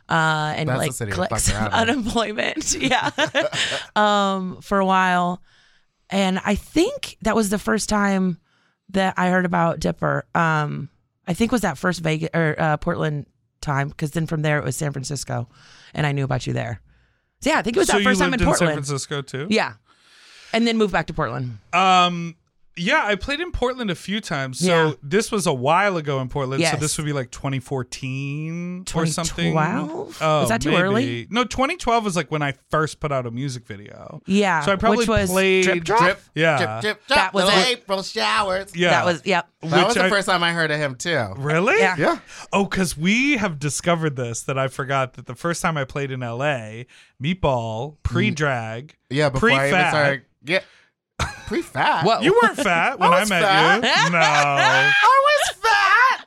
S5: uh, and
S3: That's the
S5: like
S3: city to
S5: collect
S3: fuck
S5: some
S3: around in.
S5: unemployment. yeah, um, for a while, and I think that was the first time that I heard about Dipper. Um, I think was that first Vegas or uh, Portland time because then from there it was San Francisco, and I knew about you there. So yeah, I think it was
S4: so
S5: that
S4: you
S5: first time in
S4: lived
S5: Portland.
S4: San Francisco too?
S5: Yeah. And then moved back to Portland.
S4: Um, yeah, I played in Portland a few times. So
S5: Yeah.
S4: this was a while ago in Portland. So
S5: Yes.
S4: this would be like 2014 or something.
S5: 2012?
S4: Oh,
S5: Was that too
S4: maybe.
S5: early?
S4: No, 2012 was like when I first put out a music video.
S5: Yeah.
S4: So I probably
S5: which was
S4: played.
S5: Drip Drop.
S3: Drip,
S4: Yeah.
S3: drip, drip, drop.
S5: That was
S3: Little
S5: it.
S3: April showers.
S4: Yeah.
S5: That was yep.
S3: That was
S4: Which
S3: the
S4: I-
S3: first time I heard of him too.
S4: Really?
S5: Yeah.
S3: Yeah.
S4: Oh, because we have discovered this that I forgot that the first time I played in LA, Meatball, pre drag.
S3: Yeah, before I even
S4: Pre-fat.
S3: started. Yeah. Pre fat.
S5: Whoa.
S4: You weren't fat when I,
S3: was
S4: met
S3: fat.
S4: you. No.
S3: I was fat.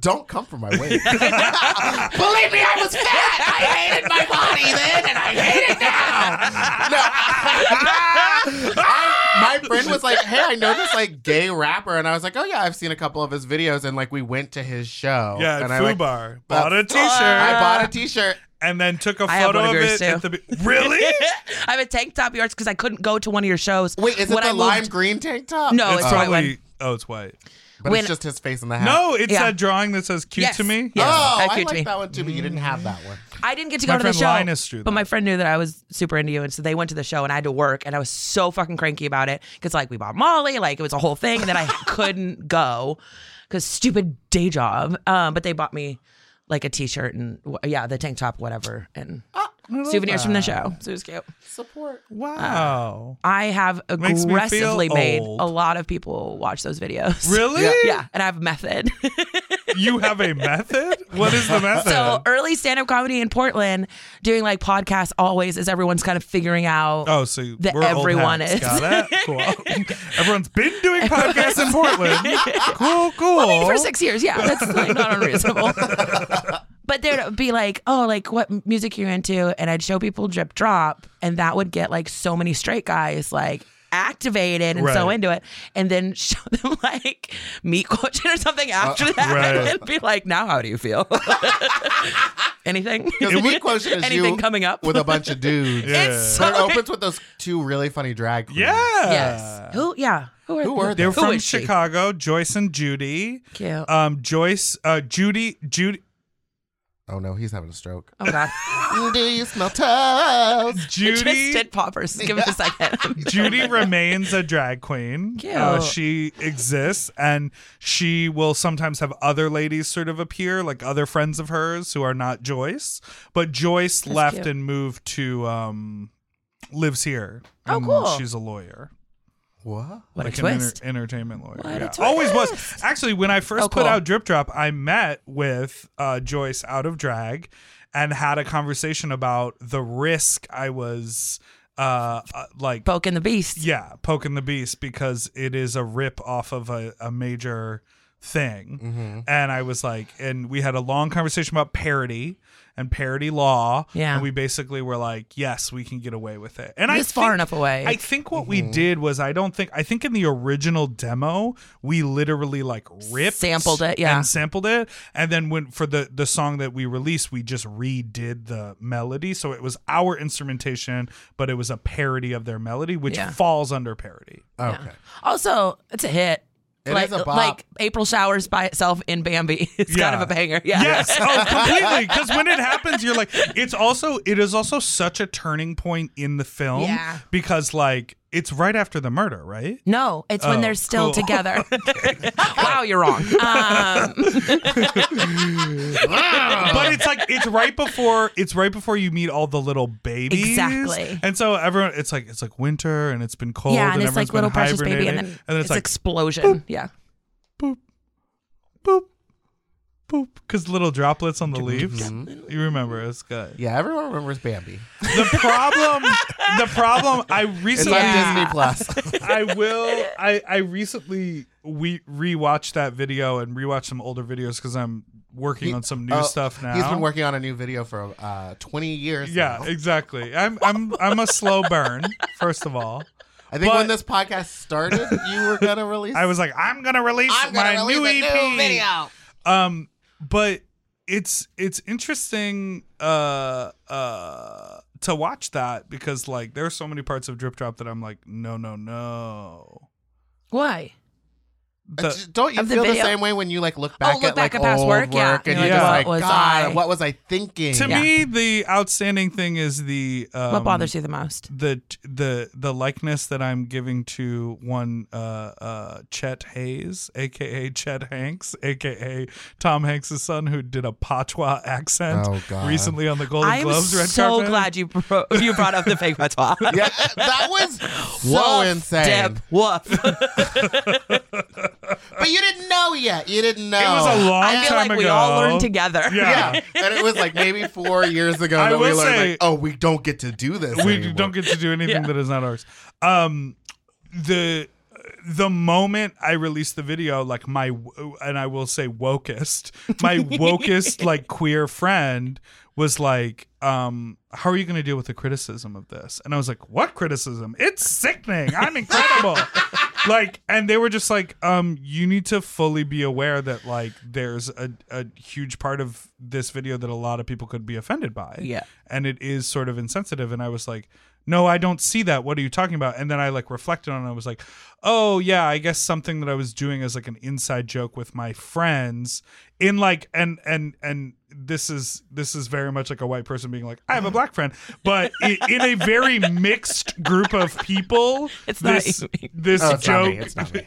S3: Don't come for my weight. Believe me, I was fat. I hated my body then, and I hate it now. No. I, my friend was like, "Hey, I know this like gay rapper," and I was like, "Oh yeah, I've seen a couple of his videos." And like, we went to his show.
S4: Yeah,
S3: and
S4: at
S3: I like,
S4: Fubar. bought a t shirt.
S3: I bought a T-shirt.
S4: and then took a
S5: I have
S4: photo
S5: one
S4: of,
S5: of yours,
S4: it. At
S5: too.
S4: the, be- really?
S5: I have a tank top of yours because I couldn't go to one of your shows.
S3: Wait, is it
S5: When
S3: the
S5: I
S3: lime
S5: moved-
S3: green tank top?
S5: No,
S4: it's
S5: it's white
S4: probably. Oh, it's white.
S3: but
S5: when-
S3: it's just his face in the hat.
S4: No, it's
S5: Yeah.
S4: that drawing that says "cute
S5: Yes.
S4: to me."
S5: Yeah.
S3: oh,
S5: that
S3: I
S5: cute to me.
S3: like that one too, but you didn't have that one.
S5: I didn't get to
S4: My
S5: go to the
S4: friend
S5: show.
S4: Linus drew
S5: but
S4: that.
S5: my friend knew that I was super into you, and so they went to the show, and I had to work, and I was so fucking cranky about it because like we bought Molly, like it was a whole thing, and then I couldn't go because stupid day job. Um, but they bought me like a T-shirt and wh- yeah, the tank top, whatever, and
S3: Oh,
S4: Oh,
S5: souvenirs from the show. So it was cute.
S4: Wow.
S5: I have
S4: Makes me feel
S5: aggressively made
S4: old.
S5: a lot of people watch those videos.
S4: Really?
S5: Yeah, and I have a method.
S4: You have a method? What is the method?
S5: so early stand-up comedy in Portland, doing like podcasts always is everyone's kind of figuring out.
S4: oh, so you-
S5: that
S4: we're old
S5: everyone
S4: hats.
S5: is.
S4: Got it? Cool. Everyone's been doing podcasts in Portland. Cool, cool.
S5: I mean, for six years, yeah, that's like not unreasonable. but there'd be like, oh, like what music you into, and I'd show people drip drop, and that would get like so many straight guys like activated and so
S4: Right.
S5: into it, and then show them like meat quotient or something after that,
S4: right.
S5: and then be like, now how do you feel? Anything?
S3: Because the meat quotient is
S5: Anything
S3: you
S5: coming up?
S3: with a bunch of dudes.
S4: Yeah.
S5: It's so
S3: So it opens with those two really funny drag queens.
S4: yeah. Uh,
S5: yes. Who? Yeah. Who,
S3: Who were
S4: They're
S5: Who
S4: from
S5: is she?
S4: Chicago, Joyce and Judy.
S5: Cute.
S4: Um, Joyce, uh, Judy, Judy,
S3: Oh no, he's having a stroke.
S5: Oh God.
S3: Do you smell toast?
S4: Judy.
S5: Just did poppers. Give it a second.
S4: Judy remains a drag queen.
S5: Cute.
S4: Uh, she exists, and she will sometimes have other ladies sort of appear, like other friends of hers who are not Joyce. But Joyce left
S5: cute.
S4: and moved to um, lives here.
S5: Oh,
S4: and
S5: cool.
S4: She's a lawyer.
S3: What?
S5: What
S4: like
S5: a
S4: an enter-
S5: twist.
S4: entertainment lawyer.
S5: What a
S4: yeah. Always was.
S5: twist.
S4: Actually, when I first
S5: Oh,
S4: put
S5: cool.
S4: out Drip Drop, I met with uh, Joyce out of drag and had a conversation about the risk I was uh, uh like
S5: Poke in the beast.
S4: yeah, poking the beast because it is a rip off of a, a major thing. And I was like, and we had a long conversation about parody and parody law.
S5: Yeah.
S4: And we basically were like, yes, we can get away with it. And I
S5: It's far
S4: think-
S5: enough away.
S4: I think what we did was I don't think I think in the original demo we literally like ripped
S5: Sampled it, yeah.
S4: and sampled it and then when for the the song that we released we just redid the melody so it was our instrumentation but it was a parody of their melody which
S5: Yeah.
S4: falls under parody.
S3: Okay.
S5: Also, it's a hit.
S3: It
S5: like,
S3: is a bop.
S5: like April showers by itself in Bambi. It's kind
S4: Yeah.
S5: of a banger. Yeah.
S4: Yes, oh, completely. Because when it happens, you're like, it's also it is also such a turning point in the film
S5: Yeah.
S4: because like it's right after the murder, right?
S5: No, it's
S4: Oh,
S5: when they're still
S4: cool.
S5: together. wow, you're wrong. Um,
S4: but it's like it's right before it's right before you meet all the little babies.
S5: Exactly.
S4: And so everyone, it's like it's like winter and it's been cold.
S5: yeah,
S4: and,
S5: and it's
S4: everyone's
S5: like little
S4: been
S5: precious baby, and then,
S4: hibernating.
S5: it's,
S4: it's, like
S5: explosion. Yeah.
S4: boop, boop, because little droplets on the leaves. You remember it's good.
S3: Yeah, everyone remembers Bambi.
S4: The problem, the problem. I
S3: It's
S4: recently,
S5: Yeah.
S3: on Disney Plus.
S4: I will. I I recently we rewatched that video and rewatched some older videos because I'm working on some new
S3: Oh,
S4: stuff now.
S3: He's been working on a new video for uh, 20 years.
S4: Yeah,
S3: now.
S4: exactly. I'm I'm I'm a slow burn. First of all,
S3: I think
S4: but-
S3: when this podcast started, you were gonna release. Uh,
S4: I was like, I'm gonna release
S3: I'm
S4: my E
S3: gonna release
S4: new
S3: a
S4: EP.
S3: new video.
S4: Um, but it's it's interesting uh uh to watch that because like there are so many parts of Drip Drop that I'm like, no, no, no.
S5: Why?
S4: The-
S3: Uh, Don't you
S5: of the
S3: feel the,
S5: video- Oh,
S3: same way when you like look back
S5: look
S3: at like
S5: back at past
S3: old
S5: work, yeah.
S3: and
S5: You're
S3: you're
S4: like, what
S3: just like,
S5: was
S3: God,
S5: I-
S3: what was I thinking?
S4: to me, the outstanding thing is the um,
S5: What bothers you the most?
S4: the the the likeness that I'm giving to one uh, uh, Chet Hayes, aka Chet Hanks, aka Tom Hanks' son, who did a patois accent
S3: Oh, God.
S4: recently on the Golden
S5: I am
S4: Globes red
S5: so
S4: carpet.
S5: glad you bro- you brought up the fake patois.
S3: yeah, that was so
S5: Woof,
S3: insane.
S5: Dip, woof.
S3: But you didn't know yet. You didn't know.
S4: It was a long
S5: Oh, I feel
S4: time
S5: like
S4: ago.
S5: we all learned together.
S4: Yeah.
S3: yeah, and it was like maybe four years ago
S4: I
S3: that we
S4: will
S3: learned
S4: say-
S3: like, oh, we don't get to do this.
S4: we
S3: anymore.
S4: don't get to do anything
S5: Yeah.
S4: that is not ours. Um, the the moment I released the video, like my w- and I will say wokest, my wokest like queer friend was like, um, "How are you going to deal with the criticism of this?" And I was like, "What criticism? It's sickening. I'm incredible." like and they were just like um you need to fully be aware that like there's a, a huge part of this video that a lot of people could be offended by
S5: Yeah.
S4: and it is sort of insensitive and i was like no i don't see that what are you talking about and then i like reflected on it and i was like oh yeah i guess something that i was doing as like an inside joke with my friends in like and and and this is this is very much like a white person being like i have a black friend but i- in a very mixed group of people
S5: It's not
S4: this,
S5: you.
S4: this
S3: Oh, it's not
S4: joke
S3: me. It's not me.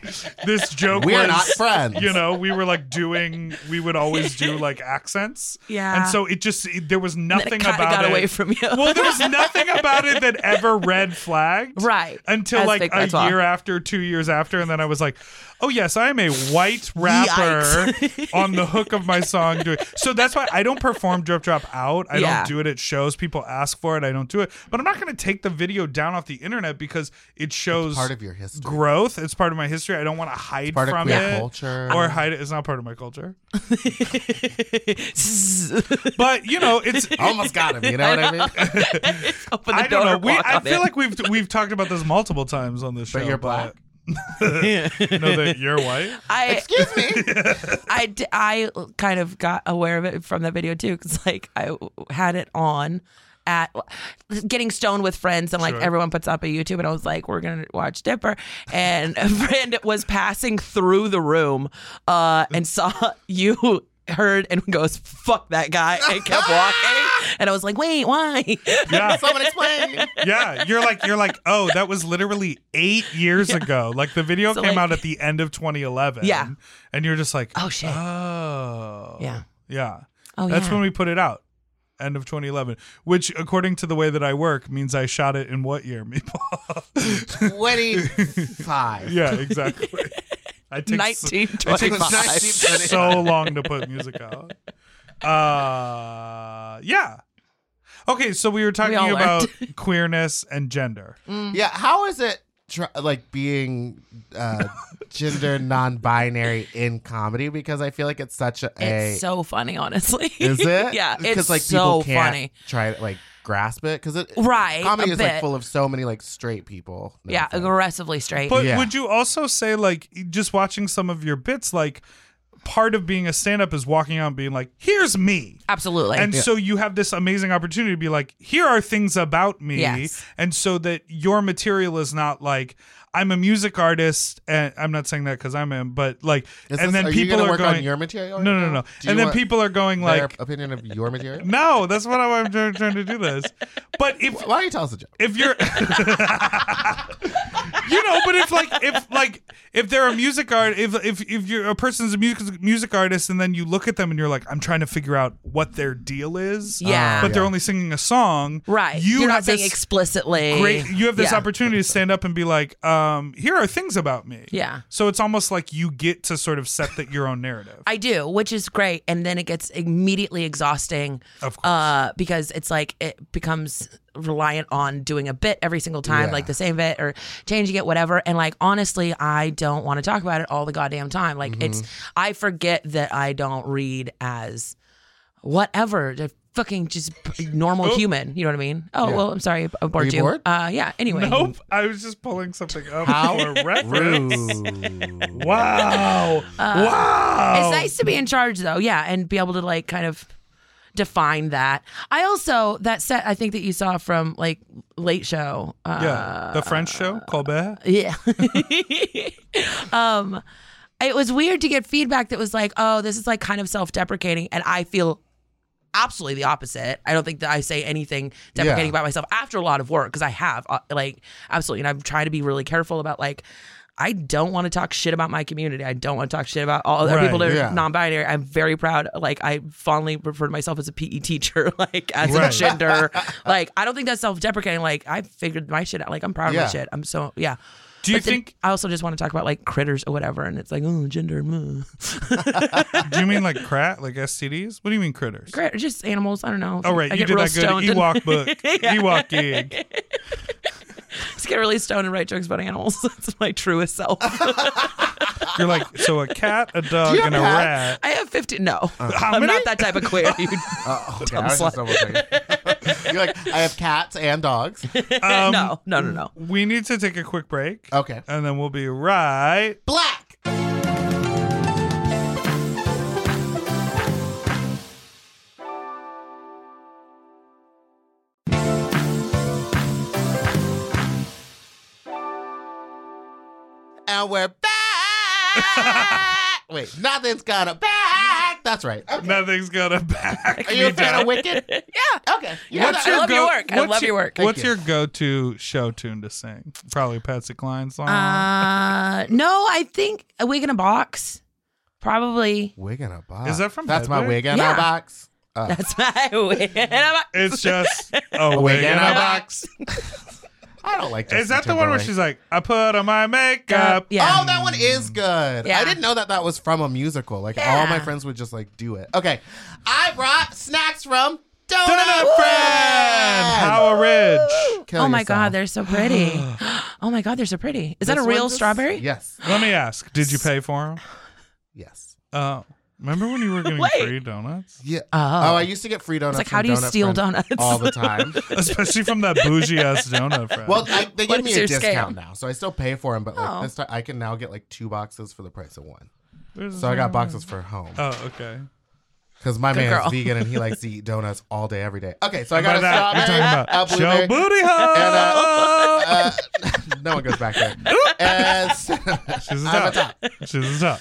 S4: this joke
S3: We're
S4: was,
S3: not friends.
S4: you know we were like doing we would always do like accents
S5: Yeah.
S4: and so it just it- there was nothing
S5: kinda
S4: about
S5: got
S4: it
S5: away from you.
S4: well there was nothing about it that ever red flagged
S5: Right.
S4: until
S5: As
S4: like
S5: Vic
S4: a
S5: Patois.
S4: year after two years after and then i was like oh yes i am a white rapper on the hook of my song doing so that's why i don't perform drip drop out i
S5: Yeah.
S4: don't do it at shows people ask for it i don't do it but i'm not going to take the video down off the internet because it shows
S3: part of your history.
S4: growth. It's part of my history. I don't want to hide
S3: part of
S4: from
S3: queer
S4: it
S3: culture.
S4: or hide it. It's not part of my culture. but you know, it's.
S3: Almost got him. You know what I mean?
S5: Open the
S4: I don't
S5: door,
S4: know. We,
S5: walk
S4: I
S5: on
S4: feel
S5: in.
S4: like we've we've talked about this multiple times on this show.
S3: But you're black.
S4: but- no, that you're white.
S5: I,
S3: Excuse me.
S5: I, d- I kind of got aware of it from that video too because like I w- had it on at getting stoned with friends and like
S4: Sure.
S5: everyone puts up a YouTube and I was like we're gonna watch Dipper and a friend was passing through the room uh, and saw you heard and goes fuck that guy and kept walking and I was like wait why
S4: Yeah,
S3: Someone explain.
S4: yeah. You're like you're like. Oh, that was literally eight years ago. Like the video
S5: So,
S4: came
S5: like-
S4: out at the end of 2011.
S5: Yeah.
S4: and you're just like,
S5: Oh, shit.
S4: Oh,
S5: Yeah.
S4: yeah.
S5: oh
S4: That's
S5: yeah
S4: when we put it out. End of 2011, which, according to the way that I work, means I shot it in what year, Meatball?
S3: Twenty-five.
S4: yeah, exactly. I take, so,
S5: 1925
S4: so long to put music out. Uh, yeah. Okay, so we were talking
S5: all Mm-hmm.
S4: about queerness and gender.
S3: Yeah, how is it tr- like being uh, gender non-binary in comedy? Because I feel like it's such a.
S5: It's so funny, honestly.
S3: is it?
S5: yeah, it's
S3: because like
S5: so
S3: people can't
S5: funny.
S3: Try to like grasp it because it
S5: Right,
S3: comedy
S5: a
S3: is
S5: bit.
S3: like full of so many like straight people. No
S5: Yeah,
S3: offense.
S5: aggressively straight.
S4: But
S3: Yeah.
S4: would you also say, like, just watching some of your bits, like, part of being a stand up is walking out and being like, here's me.
S5: Absolutely.
S4: and so you have this amazing opportunity to be like here are things about me
S5: Yes.
S4: and so that your material is not like i'm a music artist and i'm not saying that because i'm in but like and
S3: Is this-
S4: then
S3: are you
S4: people
S3: gonna
S4: are
S3: work
S4: going
S3: on your material.
S4: no
S3: right
S4: no
S3: now?
S4: no
S3: Do
S4: and
S3: you
S4: then
S3: want
S4: people are going
S3: their
S4: like
S3: opinion of your material.
S4: no that's what i'm trying, trying to do this but if
S3: Why don't you tell us a joke?
S4: if you're you know but if like if like if they're a music art if if if you're a person's a music music artist and then you look at them and you're like i'm trying to figure out what their deal is
S5: Yeah.
S4: but they're
S3: Ah, Yeah.
S4: only singing a song
S5: right.
S4: you
S5: are
S4: have
S5: not saying
S4: this
S5: explicitly.
S4: great you have this
S5: yeah.
S4: opportunity to stand up and be like um here are things about me
S5: Yeah.
S4: so it's almost like you get to sort of set that your own narrative
S5: I do, which is great, and then it gets immediately exhausting.
S4: Of course.
S5: uh, because it's like it becomes reliant on doing a bit every single time,
S3: Yeah.
S5: like the same bit or changing it, whatever. And like honestly, I don't want to talk about it all the goddamn time.
S4: Mm-hmm.
S5: Like it's, I forget that I don't read as whatever. the fucking just
S4: Oh.
S5: normal human. You know what I mean? Oh well, I'm sorry, I bored
S3: Are you
S5: you.
S3: bored?
S5: Uh, yeah. Anyway,
S4: Nope. I was just pulling something up
S3: How
S4: for reference.
S3: Rude.
S4: Wow.
S5: Uh,
S4: wow.
S5: It's nice to be in charge though, yeah, and be able to like kind of define that. I also that set I think that you saw from like Late Show. Uh,
S4: yeah. The French show, Colbert.
S5: Yeah. um it was weird to get feedback that was like, "Oh, this is like kind of self-deprecating." And I feel absolutely the opposite. I don't think that I say anything deprecating
S3: Yeah.
S5: about myself after a lot of work because I have uh, like absolutely and I've tried to be really careful about like I don't want to talk shit about my community. I don't want to talk shit about all other
S4: Right,
S5: people that are
S3: yeah.
S5: non-binary. I'm very proud. Like I fondly refer to myself as a PE teacher, like as
S4: Right.
S5: a gender. like I don't think that's self-deprecating. Like I figured my shit out. Like I'm proud
S3: Yeah.
S5: of my shit. I'm so yeah.
S4: Do you
S5: But then
S4: think
S5: I also just want to talk about like critters or whatever, and it's like oh gender, mm.
S4: do you mean like crat, like STDs? What do you mean critters?
S5: Crit- just animals. I don't know.
S4: Oh right,
S5: I
S4: you
S5: get
S4: did
S5: real
S4: that good
S5: stoned and-
S4: Ewok book,
S5: Yeah.
S4: Ewok gig.
S5: Just get really stoned and write jokes about animals. That's my truest self.
S4: You're like so a cat, a dog,
S3: you
S4: and a
S3: have
S4: rat.
S5: I have 50. No,
S4: Uh. How
S5: I'm
S4: many?
S5: not that type of queer. You-
S3: Oh, okay. I was just
S5: slut.
S3: double checking. You're like, I have cats and dogs.
S4: Um,
S5: no, no, no, no.
S4: We need to take a quick break,
S3: Okay.
S4: and then we'll be right.
S3: Black. And we're back. Wait, nothing's gonna back. That's right. Okay.
S4: Nothing's gonna back.
S3: Are you
S4: me
S3: a fan
S4: down.
S3: of Wicked? yeah. Okay. Yeah,
S5: What's
S3: that-
S5: I your- love work. I
S4: what's
S5: love your work. Thank
S4: what's
S3: you.
S4: your go-to show tune to sing? Probably Patsy Cline song.
S5: Uh, no, I think a wig in a box. Probably.
S3: Wig in a box.
S4: Is that from
S3: That's my
S4: Bedwig?
S3: wig in
S5: Yeah.
S3: a box. Uh,
S5: That's my wig in a box.
S4: it's just a
S3: A
S4: wig in a box.
S3: I don't like.
S4: Is that
S3: Justin
S4: the one where
S3: Timberlake.
S4: she's like, "I put on my makeup"?
S5: yeah.
S3: Oh, that one is good.
S5: Yeah.
S3: I didn't know that that was from a musical. Like all my
S5: Yeah.
S3: friends would just like do it. Okay, I brought snacks from Donut,
S4: Donut
S3: Friend.
S4: friend, how a ridge.
S3: Kill
S5: oh my
S3: yourself.
S5: god, they're so pretty. oh my god, they're so pretty. Is that
S3: This
S5: a real
S3: one's-
S5: strawberry?
S3: Yes,
S4: Let me ask: Did you pay for them?
S3: yes.
S4: Oh, remember when you were getting
S5: Wait.
S4: free donuts,
S3: Yeah.
S5: Oh.
S3: Oh, I used to get free donuts.
S5: like,
S3: from
S5: how do you
S3: Donut
S5: steal
S3: Friend
S5: donuts?
S3: all the time?
S4: especially from that bougie ass donut friend?
S3: Well, I, they
S5: What
S3: give me
S5: is
S3: a
S5: your
S3: discount
S5: scam?
S3: now, so I still pay for them. But like
S5: Oh.
S3: this time, I can now get like two boxes for the price of one.
S4: There's-
S5: Hmm.
S3: So I got boxes for home
S4: Oh, okay.
S3: because my man's
S5: girl.
S3: vegan and he likes to eat donuts all day, every day. Okay, so I got
S4: By
S3: a
S4: that, you're
S3: strawberry,
S4: talking about
S3: a
S4: Joe
S3: blueberry,
S4: Booty Hole.
S3: And, uh, no one goes back there. As,
S4: She's a
S3: I'm a
S4: top. She's a top.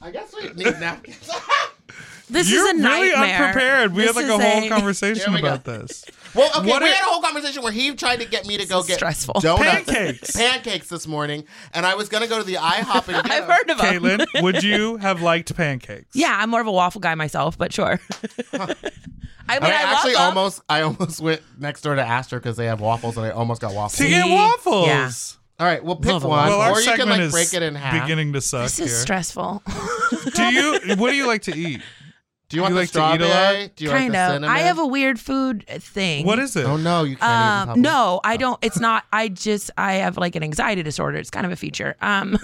S3: I guess we need napkins.
S5: This
S4: You're
S5: is a
S4: really
S5: nightmare.
S4: unprepared. We
S5: This
S4: had like a
S5: is
S4: whole
S3: Here
S4: conversation
S3: we go.
S4: about this.
S3: well, okay,
S4: What
S3: we
S4: are-
S3: had a whole conversation where he tried to get me to go
S5: is
S3: get
S5: stressful.
S3: donuts,
S4: Pancakes.
S3: pancakes this morning, and I was gonna go to the IHOP and get
S5: I've
S3: them.
S5: heard of them.
S4: Caitlin, would you have liked pancakes?
S5: Yeah, I'm more of a waffle guy myself, but sure.
S3: I,
S5: I mean, I, love
S3: actually
S5: them.
S3: almost, I almost went next door to Astor because they have waffles, and I almost got waffles.
S4: To get
S5: See?
S4: waffles.
S5: Yeah.
S3: All right, we'll pick
S5: Love them.
S3: one,
S4: Well, our
S3: or you
S4: segment
S3: can like
S4: is
S3: break it in half.
S4: beginning to suck
S5: This
S4: here.
S5: is stressful.
S4: do you? What do you like to eat?
S3: Do you want
S4: You
S3: the
S4: like to eat a lot?
S3: strawberry? Do you
S5: kind
S3: like the
S5: of.
S3: cinnamon?
S5: I have a weird food thing.
S4: What is it?
S3: Oh no, you can't eat in
S5: Um,
S3: public. Oh.
S5: no, I don't. It's not. I just I have like an anxiety disorder. It's kind of a feature. Um,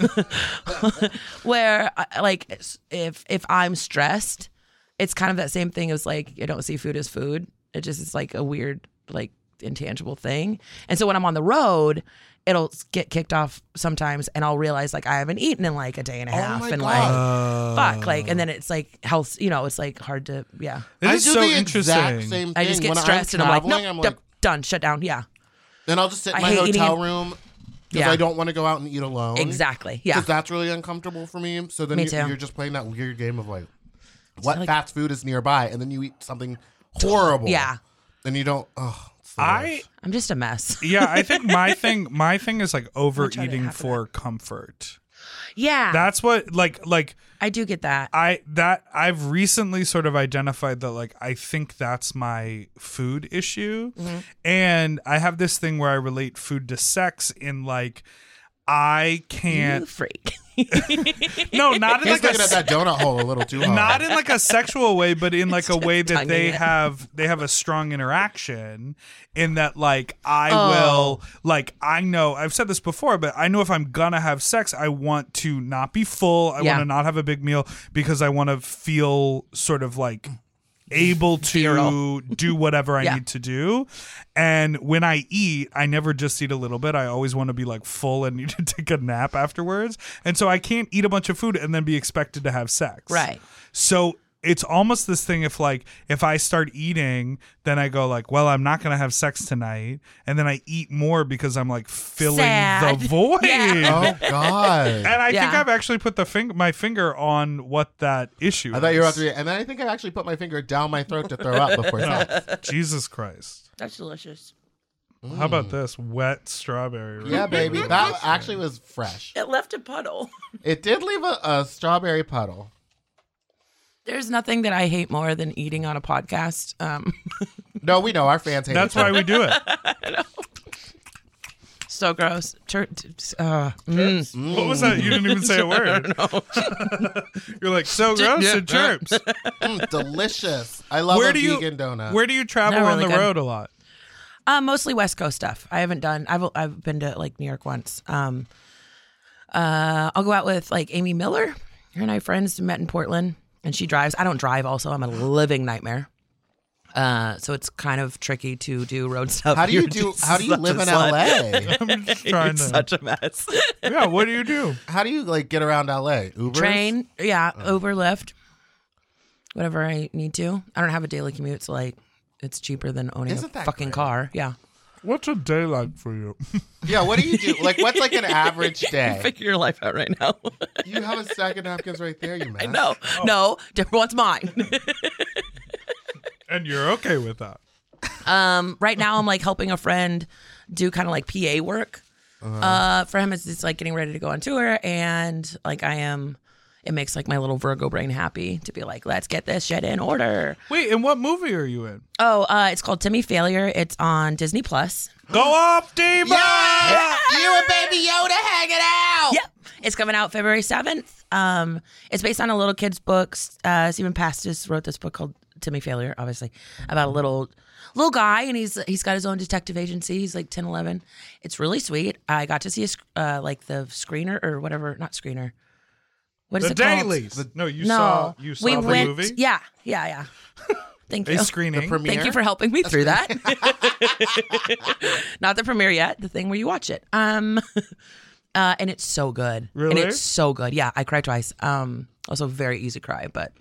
S5: where I- like s- if if I'm stressed, it's kind of that same thing as like I don't see food as food. It just is like a weird like intangible thing. And so when I'm on the road, it'll s- get kicked off sometimes, and I'll realize like I haven't eaten in like a day and a half,
S3: Oh my
S5: and
S4: Uh,
S5: like fuck, like and
S3: Oh.
S5: then it's like health. You know, it's like hard to yeah.
S4: It
S3: I
S4: is
S3: do
S4: so
S3: the
S4: interesting.
S3: exact same thing.
S5: I just get
S3: when
S5: stressed
S3: I'm
S5: and I'm like,
S3: traveling,
S5: nope,
S3: I'm
S5: d- done, shut down. Yeah,
S3: Then I'll just sit in
S5: I
S3: my
S5: hate eating
S3: hotel
S5: in-
S3: room because
S5: Yeah.
S3: I don't want to go out and eat alone.
S5: exactly. Yeah,
S3: Because that's really uncomfortable for me. So then
S5: Me
S3: you-
S5: too.
S3: you're just playing that weird game of like, what
S5: like-
S3: fast food is nearby, and then you eat something horrible.
S5: Yeah.
S3: And you don't. Oh, it's the
S4: I
S3: worst.
S5: I'm just a mess.
S4: yeah, I think my thing my thing is like overeating
S5: half of
S4: for comfort.
S5: Yeah,
S4: That's what like like
S5: I do get that.
S4: I that I've recently sort of identified that like I think that's my food issue. And I have this thing where I relate food to sex in like I
S5: you
S4: can't
S5: freak.
S4: no not in
S3: He's
S4: like a
S3: looking at that donut hole a little too hard.
S4: not in like a sexual way, but in like a way that
S5: tonguing
S4: they
S5: it.
S4: have they have a strong interaction in that like I
S5: Oh.
S4: will like I know I've said this before, but I know if I'm gonna have sex, I want to not be full. I
S5: Yeah.
S4: want to not have a big meal because I want to feel sort of like able to
S5: Virile.
S4: do whatever I
S5: Yeah.
S4: need to do. And when I eat, I never just eat a little bit. I always want to be like full and need to take a nap afterwards. And so I can't eat a bunch of food and then be expected to have sex.
S5: Right.
S4: So it's almost this thing if like if I start eating, then I go like, well, I'm not gonna have sex tonight, and then I eat more because I'm like filling
S5: Sad.
S4: the void.
S3: Oh God.
S4: And I think
S5: Yeah.
S4: I've actually put the fing- my finger on what that issue.
S3: I thought you were about to
S4: is.
S3: be, and then I think I actually put my finger down my throat to throw up before sex.
S4: Jesus Christ.
S5: That's delicious.
S4: How about this wet strawberry? right
S3: Mm. Yeah,
S4: there.
S3: baby. That actually was fresh.
S5: It left a puddle.
S3: It did leave a, a strawberry puddle.
S5: There's nothing that I hate more than eating on a podcast. Um,
S3: No, we know our fans hate
S4: That's
S3: it.
S4: why we do it.
S5: so gross. Tur- t- t- uh, mm.
S4: What was that? You didn't even say a word. You're like so gross
S5: yeah.
S4: and chirps.
S3: Mm, delicious. I love
S4: Where
S3: a
S4: do you
S3: vegan donut.
S4: where do you travel
S5: They're
S4: on
S5: really
S4: the
S5: good.
S4: road a lot?
S5: Uh, mostly West Coast stuff. I haven't done. I've I've been to like New York once. Um, uh, I'll go out with like Amy Miller. Her and I friends met in Portland, and she drives. I don't drive. Also, I'm a living nightmare. Uh, so it's kind of tricky to do road stuff.
S3: how do you
S5: You're
S3: do?
S5: just
S3: How do you
S5: such
S3: live
S5: a
S3: in
S5: slut.
S3: LA?
S4: I'm just
S5: You're
S4: trying to.
S5: such a mess.
S4: yeah. What do you do?
S3: How do you like get around LA? Uber,
S5: Train, yeah, Uber, Lyft, whatever I need to. I don't have a daily commute, so like it's cheaper than owning
S3: Isn't
S5: a
S3: that
S5: fucking
S3: great?
S5: car. Yeah,
S4: What's a day like for you?
S3: Yeah. What do you do? Like, what's like an average day?
S5: figure your life out right now.
S3: You have a stack of napkins right there. You man.
S5: no, no, different one's mine.
S4: and you're okay with that?
S5: Um, right now, I'm like helping a friend do kind of like PA work. uh for him, it's just like getting ready to go on tour, and like I am, it makes like my little Virgo brain happy to be like, let's get this shit in order.
S4: Wait, and what movie are you in?
S5: Oh, uh, it's called Timmy Failure. It's on Disney Plus.
S4: Go off, Diva.
S3: Yeah! You and Baby Yoda hanging out.
S5: Yep, it's coming out February seventh. Um, it's based on a little kid's book. Uh, Stephen Pastis wrote this book called Timmy Failure, obviously about a little little guy, and he's he's got his own detective agency. He's like 10, 11. It's really sweet. I got to see a, sc- uh, like the screener or whatever, not screener. What is
S4: The
S5: it called?
S4: dailies. no, you
S5: no,
S4: saw you saw
S5: we
S4: the
S5: went.
S4: movie.
S5: Yeah, yeah, yeah. Thank
S4: A
S5: you.
S4: screening.
S3: premiere.
S5: Thank you for helping me through that. Not the premiere yet, the thing where you watch it. Um uh and it's so good.
S4: Really?
S5: And it's so good. Yeah, I cried twice. Um also very easy cry, but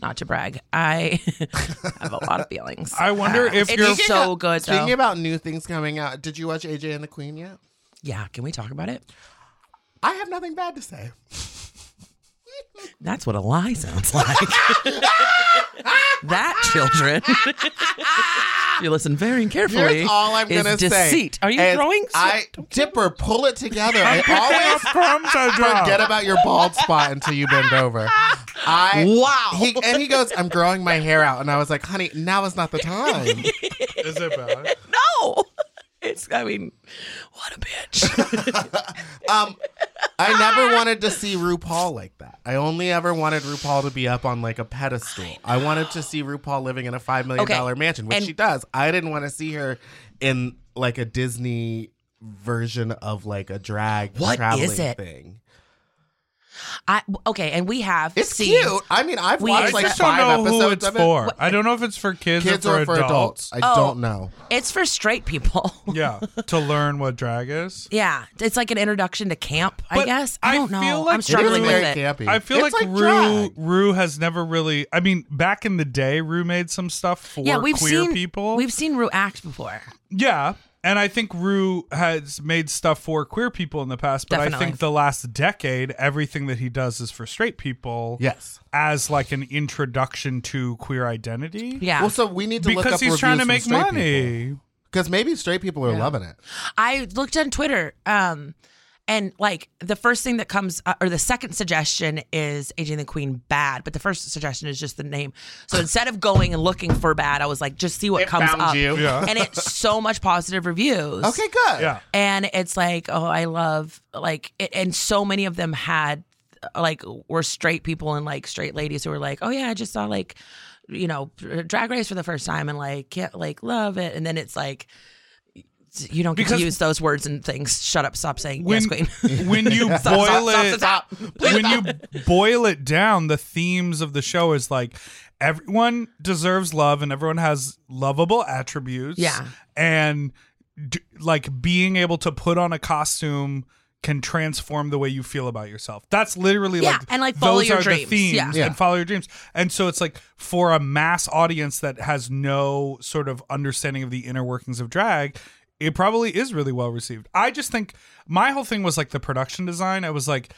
S5: not to brag. I have a lot of feelings. Uh,
S4: I wonder if
S5: it's
S4: you're-
S5: so good
S3: Speaking
S5: though.
S3: about new things coming out, did you watch AJ and the Queen yet?
S5: yeah, can we talk about it?
S3: I have nothing bad to say.
S5: That's what a lie sounds like. that children. if you listen very carefully.
S3: Here's all I'm
S5: is
S3: gonna say.
S5: deceit. Are you
S3: is
S5: throwing?
S3: I Dipper, pull it together. I always
S4: Crumbs I dropped.
S3: forget about your bald spot until you bend over. I wow. He, and he goes, "I'm growing my hair out," and I was like, "Honey, now is not the time."
S4: Is it bad?
S5: No. It's, I mean, what a bitch.
S3: Um, I never wanted to see RuPaul like that. I only ever wanted RuPaul to be up on like a pedestal. I, wanted to see RuPaul living in a five million
S5: Okay.
S3: dollar mansion, which
S5: And-
S3: she does. I didn't want to see her in like a Disney version of like a drag
S5: What
S3: traveling
S5: is it?
S3: thing.
S5: I, okay, and we have
S3: It's
S5: seen,
S3: cute. I mean, I've
S5: We-
S4: I
S3: watched
S5: It's
S3: like
S4: just don't
S3: five
S4: know
S3: episodes
S4: who it's
S3: of it.
S4: for. I don't know if it's for kids,
S3: Kids
S4: or
S3: or for adults. I
S5: Oh.
S3: don't know.
S5: It's for straight people.
S4: Yeah, to learn what drag is.
S5: Yeah, it's like an introduction to camp, I
S4: But
S5: guess. I
S4: I
S5: don't know.
S4: feel like
S5: I'm
S4: It is
S5: struggling
S4: very
S5: with it.
S3: campy.
S4: I feel
S3: It's
S4: like, Rue
S3: drag.
S4: Rue has never really. I mean, back in the day, Rue made some stuff for
S5: Yeah, we've
S4: queer
S5: seen
S4: people.
S5: We've seen Rue act before.
S4: yeah, and I think Rue has made stuff for queer people in the past. But I
S5: Definitely.
S4: think the last decade, everything that he does is for straight people.
S3: Yes.
S4: as like an introduction to queer identity.
S5: Yeah,
S3: Well, so we need to look
S4: because
S3: up
S4: he's trying to
S3: reviews
S4: make
S3: from straight people.
S4: money.
S3: Because maybe straight people are loving it.
S5: I looked on Twitter, um, and like the first thing that comes, uh, or the second suggestion is AJ and the Queen bad, but the first suggestion is just the name. So instead of going and looking for bad, I was like, just see what comes
S3: found
S5: up,
S3: you.
S4: Yeah.
S5: and it's so much positive reviews.
S3: Okay, good.
S4: Yeah,
S5: and it's like oh i love like it, and so many of them had like were straight people and like straight ladies who were like oh yeah i just saw like you know drag race for the first time and like can't like love it and then it's like you don't get
S4: Because-
S5: to use those words and things. Shut up. Stop saying
S4: when
S5: yes, queen.
S4: when you boil
S5: Stop, stop, stop,
S4: it
S5: stop,
S4: when you boil it down the themes of the show is like everyone deserves love and everyone has lovable attributes
S5: Yeah.
S4: and d- like being able to put on a costume can transform the way you feel about yourself. That's literally
S5: Yeah,
S4: like
S5: and, like, follow
S4: those
S5: your
S4: are
S5: dreams.
S4: the themes
S5: Yeah.
S3: Yeah.
S4: and follow your dreams. And so it's like for a mass audience that has no sort of understanding of the inner workings of drag, it probably is really well received. I just think my whole thing was like the production design. I was like,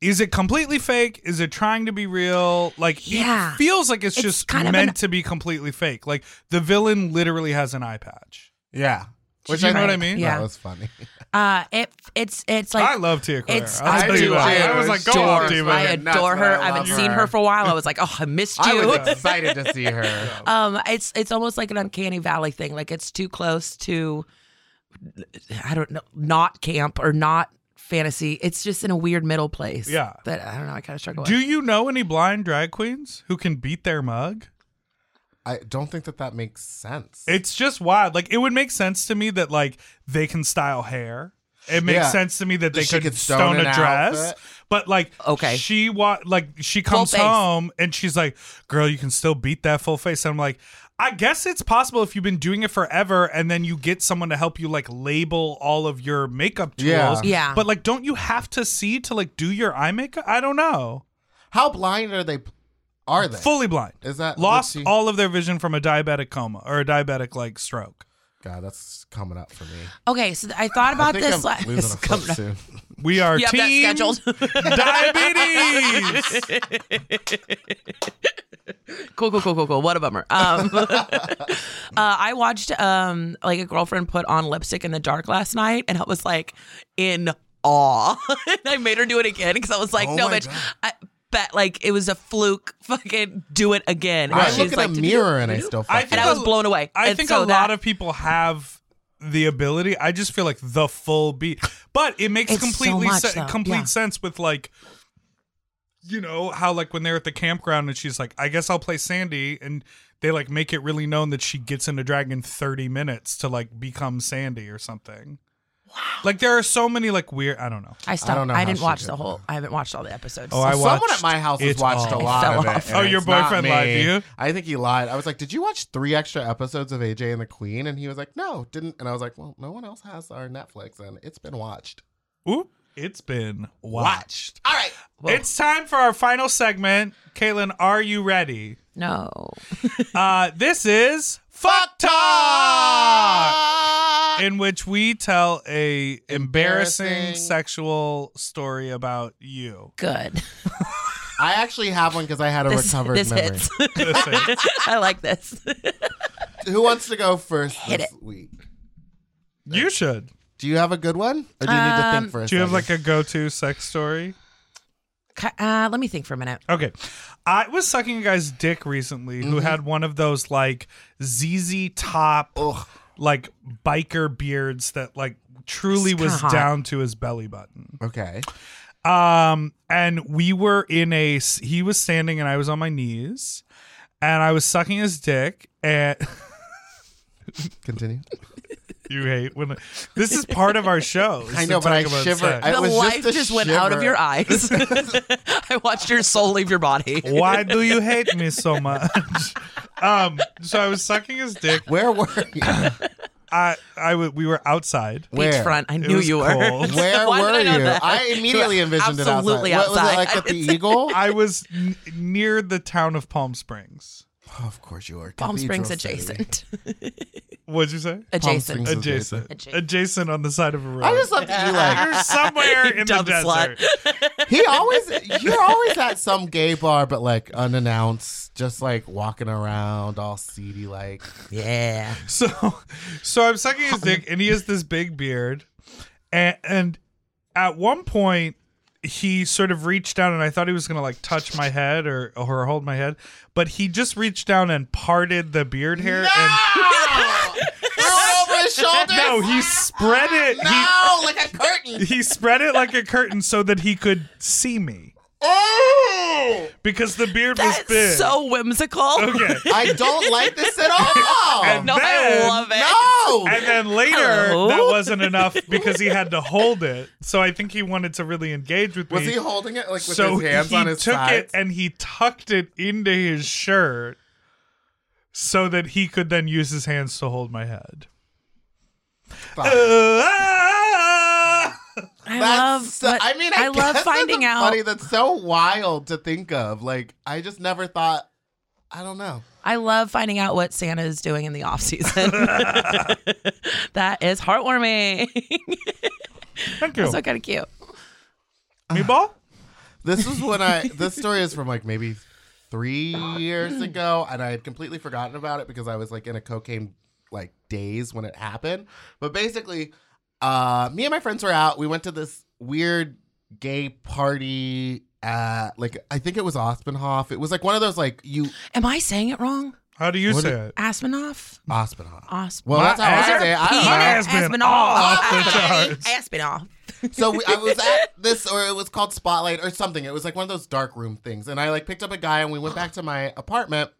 S4: is it completely fake? Is it trying to be real? Like
S5: Yeah.
S4: it feels like it's,
S5: It's
S4: just
S5: kind of
S4: meant
S5: an-
S4: to be completely fake. Like the villain literally has an eye patch.
S3: Yeah.
S4: Do you know what I mean?
S5: Yeah.
S3: That was funny.
S5: Uh, it it's it's like
S4: I love Tia Claire.
S5: It's
S4: I'll
S5: I
S4: tell
S5: do.
S4: you what.
S5: I
S4: I was like, go
S5: adore,
S4: off, Diva.
S5: I
S3: Nuts, but
S5: adore her.
S3: I
S5: I haven't
S3: love
S5: seen
S3: her.
S5: her for a while. I was like, oh, I missed
S3: I
S5: you.
S3: was excited to see her.
S5: um, it's it's almost like an uncanny valley thing. Like it's too close to, I don't know, not camp or not fantasy. It's just in a weird middle place.
S4: Yeah.
S5: that I don't know. I kind of struggle.
S4: Do
S5: with.
S4: you know any blind drag queens who can beat their mug?
S3: I don't think that that makes sense.
S4: It's just wild. Like it would make sense to me that like they can style hair. It makes
S3: Yeah.
S4: sense to me that they
S3: She
S4: could
S3: could
S4: stone,
S3: stone
S4: a
S3: an
S4: dress.
S3: outfit.
S4: But like
S5: Okay.
S4: she wa- like she comes
S5: face.
S4: home and she's like, "Girl, you can still beat that full face." And I'm like, "I guess it's possible if you've been doing it forever and then you get someone to help you like label all of your makeup tools."
S3: Yeah.
S5: Yeah.
S4: But like don't you have to see to like do your eye makeup? I don't know.
S3: How blind are they? Are they
S4: Fully blind.
S3: Is that
S4: lost
S3: what's she-
S4: all of their vision from a diabetic coma or a diabetic like stroke?
S3: God, that's coming up for me.
S5: okay, so I thought
S3: I
S5: about
S3: think
S5: this.
S3: I'm
S5: last-
S3: losing a foot
S5: coming up.
S3: soon.
S4: We are
S5: You have that
S4: team
S5: scheduled.
S4: diabetes.
S5: cool, cool, cool, cool, cool. What a bummer. Um, uh, I watched um, like a girlfriend put on lipstick in the dark last night, and I was like in awe. and I made her do it again because I was like,
S3: Oh
S5: no,
S3: my
S5: bitch.
S3: God.
S5: I bet like it was a fluke. Fucking do it again.
S3: I
S5: And
S3: look
S5: she's
S3: in
S5: like,
S3: a
S5: "Did you-
S3: mirror and I
S5: did you?"
S3: still.
S4: I
S3: fucking-
S5: And I was blown away.
S4: I
S5: And
S4: think a
S5: so
S4: lot
S5: that-
S4: of people have the ability. I just feel like the full beat, but it makes
S5: It's so
S4: completely
S5: much,
S4: se-
S5: though.
S4: complete
S5: Yeah.
S4: sense with like. You know how like when they're at the campground and she's like, "I guess I'll play Sandy," and they like make it really known that she gets into drag in thirty minutes to like become Sandy or something. Wow! Like there are so many like weird. I don't know.
S5: I stopped. I,
S3: don't know how
S5: didn't
S3: she
S5: watch
S3: did
S5: the
S3: that.
S5: whole. I haven't watched all the episodes.
S4: Oh, I
S3: Someone
S4: watched
S3: at my house has
S4: it
S3: watched
S4: all.
S3: a lot
S5: Fell
S3: of
S5: off.
S3: it. and
S4: Oh, your
S3: it's not
S4: boyfriend
S3: me.
S4: lied to you?
S3: I think he lied. I was like, "Did you watch three extra episodes of AJ and the Queen?" And he was like, "No, didn't." And I was like, "Well, no one else has our Netflix, and it's been watched."
S4: Oop! It's been watched.
S3: All right.
S5: Whoa.
S4: It's time for our final segment. Caitlin, are you ready?
S5: no.
S4: Uh, this is Fuck Talk, in which we tell a embarrassing,
S3: Embarrassing.
S4: sexual story about you.
S5: Good.
S3: I actually have one because I had a
S5: This,
S3: recovered
S5: this
S3: memory.
S5: hits.
S4: This is-
S5: I like this.
S3: Who wants to go first
S5: Hit
S3: this
S5: it.
S3: week?
S4: you should.
S3: Do you have a good one, or do you need to
S5: Um,
S3: think first?
S4: Do you have like a go-to sex story?
S5: Ca- Uh, let me think for a minute.
S4: Okay. I was sucking a guy's dick recently
S3: Mm-hmm.
S4: who had one of those like ZZ top like biker beards that like truly
S5: It's kinda
S4: was
S5: hot.
S4: down to his belly button.
S3: okay?
S4: Um, and we were in a. He was standing, and I was on my knees, and I was sucking his dick. And
S3: Continue.
S4: you hate when this is part of our show. is
S3: I
S4: to
S3: know, but
S4: talk
S3: I
S4: about
S3: shiver.
S4: sex.
S3: I- It
S5: the
S3: was just
S5: life
S3: a
S5: just, went out of
S3: shiver.
S5: your eyes. I watched your soul leave your body.
S4: Why do you hate me so much? um, so I was sucking his dick.
S3: Where were you?
S4: I I w- we were outside.
S3: Where?
S5: Beachfront. I
S4: It
S5: knew
S4: was
S5: you were.
S4: cold.
S3: Where
S5: Why
S3: were
S5: did I know
S3: you?
S5: that?
S3: I immediately
S5: You were
S3: envisioned it outside.
S5: absolutely
S3: What was it
S5: outside.
S3: like at the Eagle?
S4: I was n- near the town of Palm Springs.
S3: of course you were.
S5: Palm Springs
S3: Cathedral City.
S5: adjacent.
S4: What'd you say?
S5: adjacent.
S3: Springs.
S4: Adjacent.
S5: Adjacent.
S4: Adjacent on the side of a road.
S3: I just love that you like
S4: You're somewhere in the
S5: dumb
S4: desert.
S5: slut.
S3: He always, you're always at some gay bar, but like unannounced, just like walking around all seedy, like.
S5: yeah.
S4: So, so I'm sucking his dick, and he has this big beard, and, and at one point he sort of reached down, and I thought he was gonna like touch my head or or hold my head, but he just reached down and parted the beard hair,
S3: Ow! Threw it over his shoulders.
S4: and no, he spread it.
S3: No, like a curtain.
S4: He he spread it like a curtain so that he could see me.
S6: Oh!
S4: because the beard was big.
S5: That's so whimsical.
S4: okay.
S3: I don't like this at all.
S4: And
S5: No,
S4: then-
S5: I love it.
S3: no.
S4: And then later,
S5: Hello?
S4: that wasn't enough because he had to hold it. So I think he wanted to really engage with
S3: was
S4: me.
S3: he holding it like with
S4: so
S3: his hands
S4: he
S3: on his
S4: took
S3: sides?
S4: it and he tucked it into his shirt so that he could then use his hands to hold my head.
S3: Fuck.
S5: I love.
S3: That's
S5: but
S3: I mean, I,
S5: love
S3: guess that's
S5: finding
S3: a
S5: out.
S3: Funny, that's so wild to think of. Like, I just never thought. I don't know.
S5: I love finding out what Santa is doing in the off season. that is heartwarming.
S4: Thank you.
S5: so kind of cute.
S4: Meatball?
S3: uh, This is when I. this story is from like maybe three years ago, and I had completely forgotten about it because I was like in a cocaine like daze when it happened. But basically, uh, me and my friends were out. We went to this weird gay party at like I think it was Ospenhof. It was like one of those like you
S5: Am I saying it wrong?
S4: How do you
S3: What
S4: say
S3: did-
S4: it?
S5: Asminoff?
S3: Ospenhof.
S5: Osp.
S3: Well, that's
S4: My
S3: how I
S4: ass-
S3: say. It. I don't
S5: Peter
S3: know.
S4: ass been
S5: Aspinoff.
S4: off
S5: Oh,
S4: the
S5: Hey,
S4: charts.
S5: Aspinoff.
S3: So we, I was at this, or it was called Spotlight or something. It was like one of those dark room things. And I like picked up a guy and we went back to my apartment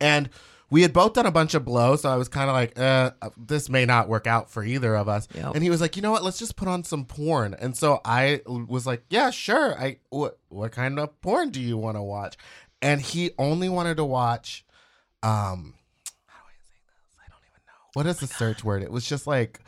S3: and we had both done a bunch of blows. So I was kind of like, uh, this may not work out for either of us.
S5: Yep.
S3: And he was like, you know what? Let's just put on some porn. And so I was like, yeah, sure. I what what kind of porn do you want to watch? And he only wanted to watch, um, what
S5: Oh
S3: is the search word? It was just like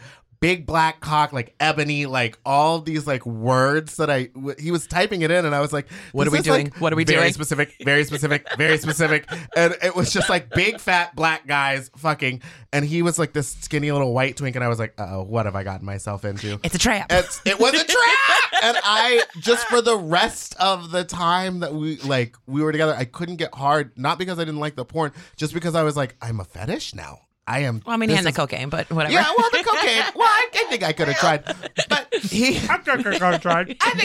S3: big black cock, like ebony, like all these like words that I w- he was typing it in, and I was like,
S5: What
S3: this
S5: are we
S3: is,
S5: doing?
S3: like,
S5: What are we
S3: very
S5: doing?
S3: Specific, very specific, very specific, and it was just like big fat black guys fucking, and he was like this skinny little white twink, and I was like, oh, what have I gotten myself into?
S5: It's a trap.
S3: It's, it was a trap. and I just for the rest of the time that we like we were together, I couldn't get hard, not because I didn't like the porn, just because I was like, I'm a fetish now. I am.
S5: well, I mean,
S3: this
S5: hand the
S3: is-
S5: cocaine, but whatever.
S3: Yeah, well, the cocaine. well, I, I think I could have tried, but he. I think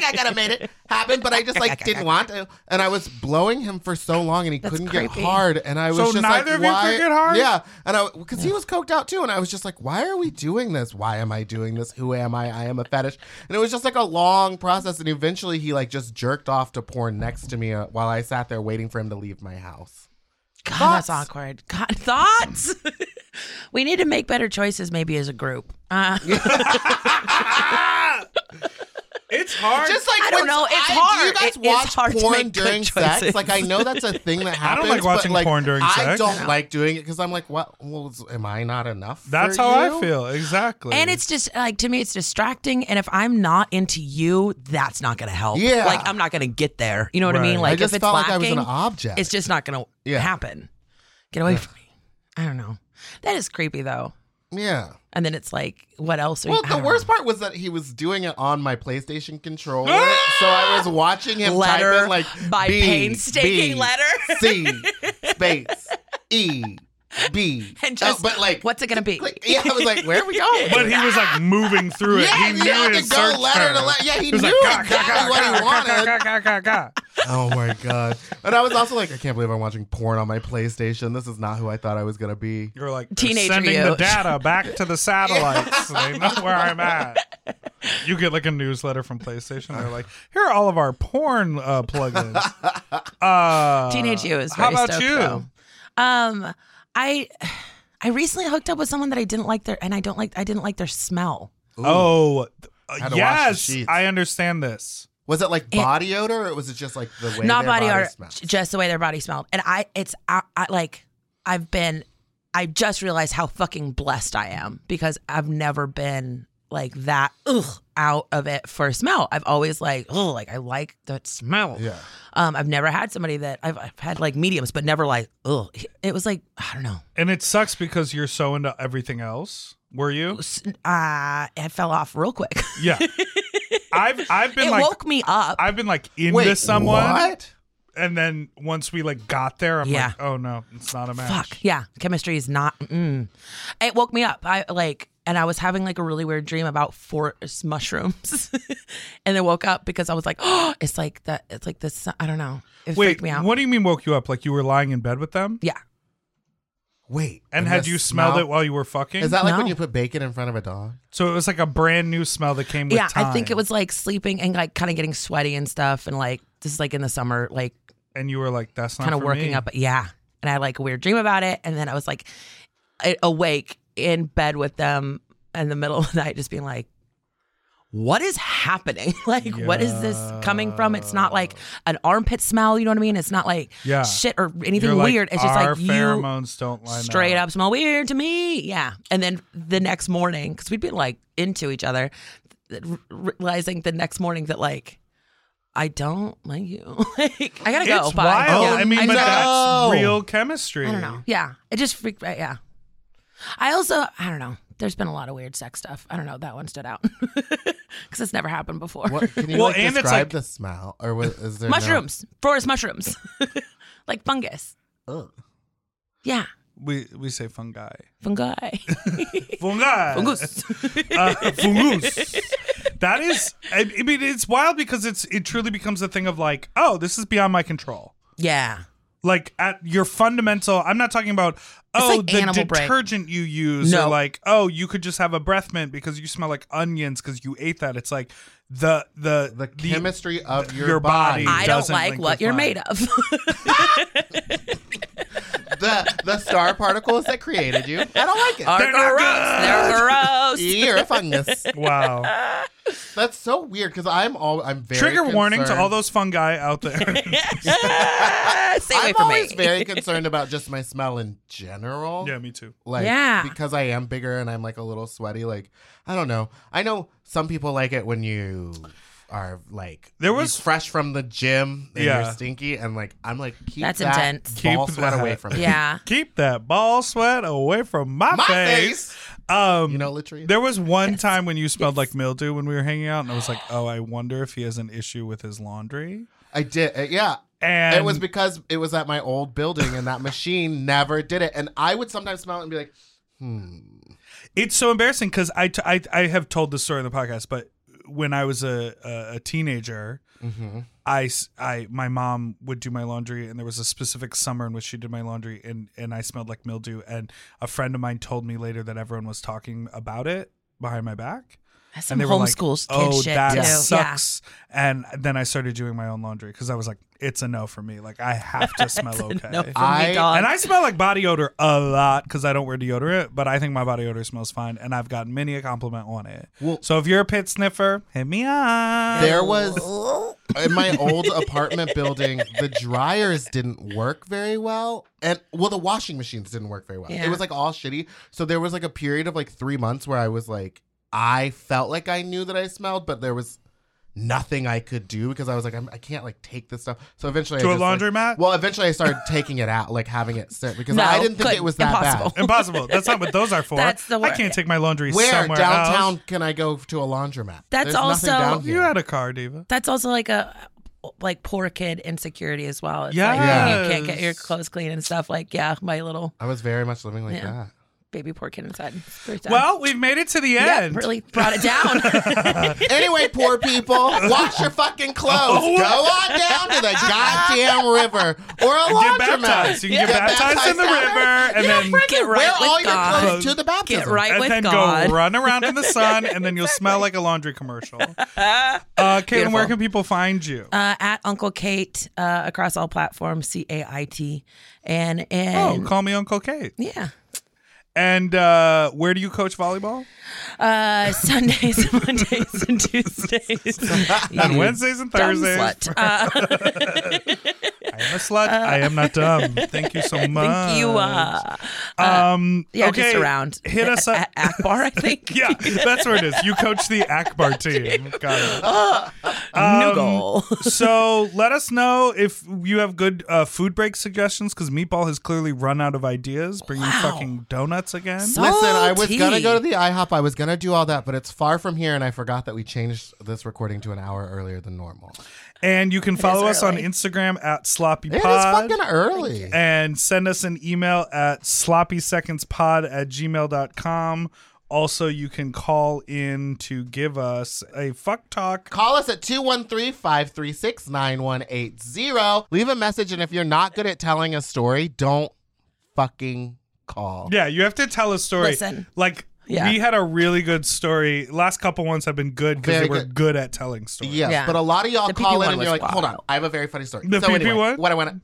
S3: I could have made it happen, but I just like didn't want to. And I was blowing him for so long, and he couldn't
S5: creepy.
S3: get hard. And I was
S4: So
S3: just
S4: neither
S3: like,
S4: of you
S3: why?
S4: could get hard?
S3: Yeah, and I because he was coked out too, and I was just like, why are we doing this? Why am I doing this? Who am I? I am a fetish. And it was just like a long process, and eventually he like just jerked off to porn next to me uh, while I sat there waiting for him to leave my house.
S5: God,
S3: Thoughts?
S5: that's awkward. God, thoughts. we need to make better choices, maybe as a group. Uh,
S4: It's hard.
S3: Just like
S5: I don't
S3: when-
S5: know. It's
S3: I- Do you
S5: hard.
S3: guys
S5: It is
S3: watch
S5: hard to
S3: porn
S5: make good
S3: during sex?
S5: choices.
S3: Like I know that's a thing that
S4: I
S3: happens.
S4: don't like watching
S3: but, like,
S4: porn during
S3: I
S4: sex.
S3: don't like doing it because I'm like, what? Well, is- am I not enough?
S4: That's
S3: for
S4: how
S3: you?
S4: I feel. Exactly.
S5: and it's just like to me, it's distracting. And if I'm not into you, that's not going to help.
S3: Yeah.
S5: like I'm not going to get there. You know what
S4: Right.
S5: I mean? Like
S3: I just
S5: if it's
S3: felt
S5: lacking,
S3: like I was an object.
S5: it's just not going to
S3: Yeah.
S5: happen. Get away from me. I don't know. That is creepy though.
S3: yeah.
S5: And then it's like, what else? Are
S3: Well,
S5: you, I
S3: the
S5: don't
S3: worst
S5: know.
S3: part was that he was doing it on my PlayStation controller, so I was watching him
S5: Letter
S3: type in like
S5: by
S3: B, B,
S5: painstaking letter.
S3: C space E B,
S5: And just,
S3: Oh, but like
S5: what's it going to be?
S3: click- Yeah, I was like, where are we going?
S4: but he was like moving through it.
S3: yeah,
S4: he
S3: you had
S4: knew
S3: to
S4: his
S3: go
S4: search
S3: letter to
S4: term.
S3: letter. Yeah, he
S4: He was
S3: knew
S4: like, "Gah, gah,
S3: exactly
S4: gah,
S3: what
S4: gah,
S3: he wanted.
S4: gah, gah, gah, gah, gah."
S3: Oh my god! And I was also like, I can't believe I'm watching porn on my PlayStation. This is not who I thought I was gonna be.
S4: You're like "They're
S5: Teenager
S4: sending the
S5: you.
S4: data back to the satellites. so they know where I'm at. You get like a newsletter from PlayStation. They're like, here are all of our porn uh, plugins. Uh,
S5: Teenage you is
S4: How
S5: very
S4: about
S5: stoked,
S4: you?
S5: though. Um, I I recently hooked up with someone that I didn't like their and I don't like I didn't like their smell.
S4: Oh, uh,
S3: Had to wash the
S4: yes,
S3: sheets.
S4: I understand this.
S3: Was it like body odor, or was it just like the way
S5: Not
S3: their body,
S5: body art,
S3: smells?
S5: just the way their body smelled. And I it's I, I like I've been I just realized how fucking blessed I am because I've never been like that ugh, out of it for smell. I've always like oh like I like that smell.
S3: yeah.
S5: Um, I've never had somebody that I've, I've had like mediums, but never like ugh. It was like I don't know.
S4: And it sucks because you're so into everything else. Were you?
S5: S- Uh, it fell off real quick.
S4: Yeah. I've I've been
S5: it
S4: like
S5: woke me up.
S4: I've been like into
S3: Wait,
S4: someone,
S3: What?
S4: and then once we like got there, I'm
S5: Yeah.
S4: like, oh no, it's not a match.
S5: Fuck yeah, chemistry is not. Mm. It woke me up. I like, and I was having like a really weird dream about forest mushrooms, and I woke up because I was like, oh, it's like that. It's like this. I don't know. It
S4: Wait,
S5: freaked me out.
S4: what do you mean woke you up? Like you were lying in bed with them?
S5: Yeah,
S3: Wait.
S4: And had
S3: this
S4: you smelled
S3: smell-
S4: it while you were fucking?
S3: Is that like
S5: No.
S3: when you put bacon in front of a dog?
S4: so? It was like a brand new smell that came with
S5: yeah,
S4: time.
S5: I think it was like sleeping and like kind of getting sweaty and stuff, and like this is like in the summer, like
S4: And you were like, "That's not
S5: kind of
S4: for
S5: working
S4: me.
S5: up. Yeah, and I had like a weird dream about it, and then I was like a- awake in bed with them in the middle of the night, just being like. What is happening? Like, what is this coming from? It's not like an armpit smell. You know what I mean? It's not like
S4: Yeah.
S5: shit or anything
S4: You're like,
S5: weird. it's just
S4: Our
S5: like you
S4: pheromones don't line
S5: straight
S4: up.
S5: up smell weird to me. Yeah. And then the next morning, because we'd been like into each other, th- r- realizing the next morning that like, I don't like you. like, I gotta go.
S4: It's
S5: Bye.
S4: wild.
S5: Yeah.
S4: Oh, I mean, but
S5: know.
S3: know.
S4: that's real chemistry.
S5: I don't know. Yeah. It just freaked me. Yeah. I also, I don't know. There's been a lot of weird sex stuff. I don't know. That one stood out because it's never happened before.
S3: What, can you
S4: Well,
S3: like,
S4: and it's
S3: describe
S4: like-
S3: the smell? Or was, is there no-
S5: mushrooms, forest mushrooms, like fungus.
S3: Ugh.
S5: Yeah.
S4: We we say fungi.
S5: Fungi.
S4: Fungi.
S5: Fungus.
S4: Uh, fungus. That is, I, I mean, it's wild because it's it truly becomes a thing of like, oh, this is beyond my control.
S5: yeah.
S4: Like at your fundamental, I'm not talking about oh
S5: like
S4: the
S5: animal brain.
S4: detergent you use or
S5: No.
S4: like oh you could just have a breath mint because you smell like onions because you ate that. It's like the the
S3: The chemistry of your,
S4: your body.
S3: body.
S5: I don't
S4: doesn't
S5: like
S4: link
S5: what
S4: with
S5: you're
S4: mine.
S5: made of.
S3: the the star particles that created you. I don't like it.
S5: Are
S4: They're not
S5: gross. They're gross.
S3: You're a fungus.
S4: wow.
S3: That's so weird because I'm all I'm very
S4: Trigger warning to
S3: concerned-
S4: all those fungi out there.
S5: Ah, Stay away
S3: I'm
S5: from
S3: always
S5: me.
S3: very concerned about just my smell in general.
S4: yeah, me too.
S3: like
S5: Yeah.
S3: because I am bigger and I'm like a little sweaty. Like I don't know. I know some people like it when you are like
S4: There
S3: you
S4: was-
S3: fresh from the gym and
S4: Yeah.
S3: you're stinky and like I'm like keep
S5: That's
S3: that
S5: intense.
S3: ball
S4: Keep
S3: sweat
S4: that.
S3: away from me.
S5: yeah.
S4: Keep that ball sweat away from my,
S3: My
S4: face.
S3: face.
S4: Um,
S3: You know, latrine.
S4: There was one time when you smelled like mildew when we were hanging out, and I was like, "Oh, I wonder if he has an issue with his laundry."
S3: I did. uh, yeah.
S4: And
S3: it was because it was at my old building and that machine never did it. And I would sometimes smell it and be like,
S4: it's so embarrassing because I, t- I I have told this story in the podcast, but when I was a a, a teenager, I s I my mom would do my laundry, and there was a specific summer in which she did my laundry, and and I smelled like mildew. And a friend of mine told me later that everyone was talking about it behind my back.
S5: That's some
S4: and they were like,
S5: homeschool kid
S4: "Oh,
S5: shit
S4: that
S5: too.
S4: sucks." And then I started doing my own laundry because I was like, "It's a no for me. Like I have to smell okay."
S5: Yeah. No, from
S3: I-
S5: me, dog.
S4: and I smell like body odor a lot because I don't wear deodorant, but I think my body odor smells fine, and I've gotten many a compliment on it.
S3: Well-
S4: so if you're a pit sniffer, hit me up.
S3: There was in my old apartment building, the dryers didn't work very well. And well, the washing machines didn't work very well.
S5: Yeah.
S3: It was like all shitty. So there was like a period of like three months where I was like, I felt like I knew that I smelled, but there was nothing I could do because I was like, I'm, I can't like take this stuff. So eventually,
S4: To
S3: I
S4: a
S3: just, like-
S4: laundromat?
S3: well, eventually I started taking it out, like having it sit because
S5: No,
S3: I didn't think
S5: couldn't.
S3: it was that
S5: Impossible.
S3: bad.
S4: Impossible. That's not what those are for.
S5: That's the
S4: I
S5: word.
S4: can't take my laundry
S3: Where
S4: somewhere
S3: downtown
S4: else.
S3: can I go to a laundromat?
S5: That's
S3: There's nothing
S5: also-
S3: down
S4: You
S3: here.
S4: had a car, diva.
S5: That's also like a like poor kid insecurity as well. It's like,
S4: Yes.
S5: you can't get your clothes clean and stuff. Like, yeah, my little
S3: I was very much living like
S5: Yeah.
S3: that.
S5: baby poor kid inside. It's pretty sad.
S4: Well, we've made it to the
S5: yeah,
S4: end.
S5: really brought it down.
S3: Anyway, poor people, wash your fucking clothes.
S4: Oh,
S3: Go on down to the goddamn river or a
S4: Get
S3: laundromat.
S4: baptized. You can get
S3: Get
S4: baptized in the river,
S3: baptized down there.
S4: and then
S5: Get
S3: Wear
S5: right
S3: all
S5: with
S3: your
S5: God.
S3: clothes to the baptism.
S5: Get right
S4: and
S5: with
S4: then
S5: God.
S4: go run around in the sun, and then you'll smell like a laundry commercial. Uh, Caitlin, where
S5: Beautiful.
S4: can people find you?
S5: uh, at Uncle Kate uh, across all platforms, C A I T, and
S4: oh,
S5: and
S4: call me Uncle Kate.
S5: yeah,
S4: And uh, where do you coach volleyball?
S5: uh, Sundays, Mondays, and Tuesdays,
S4: On
S5: You
S4: Wednesdays and
S5: dumb
S4: Thursdays.
S5: slut. Uh,
S4: I am a slut. I am not dumb. Thank you so much.
S5: thank Uh, you. Uh,
S4: um,
S5: yeah,
S4: okay.
S5: just around.
S4: Hit us up.
S5: at Akbar, I think.
S4: yeah, that's where it is. You coach the Akbar team. Got it.
S5: New
S4: Um,
S5: Oh, goal.
S4: so let us know if you have good uh, food break suggestions because Meatball has clearly run out of ideas. Bring you
S5: Wow.
S4: fucking donuts again.
S5: So-
S3: Listen, I was
S5: Salty.
S3: gonna go to the IHOP. I was gonna do all that, but it's far from here, and I forgot that we changed this recording to an hour earlier than normal.
S4: and you can follow us on
S5: early.
S4: Instagram at Sloppy
S3: It is
S4: Pod.
S3: fucking early.
S4: and send us an email at sloppysecondspod at gmail.com. Also, you can call in to give us a fuck talk.
S3: Call us at 213-536-9180. Leave a message, and if you're not good at telling a story, don't fucking call.
S4: Yeah, you have to tell a story.
S5: Listen.
S4: Like
S5: Yeah.
S4: we had a really good story. Last couple ones have been good because they
S3: Very
S4: were
S3: good.
S4: good. at telling stories.
S3: Yes,
S5: Yeah.
S3: but a lot of y'all
S5: The PP
S3: call in
S5: one
S3: and you're
S5: was
S3: like, hold on,
S5: wild.
S3: I have a very funny story.
S4: The
S3: so
S4: PP
S3: anyway,
S4: one?
S3: what I want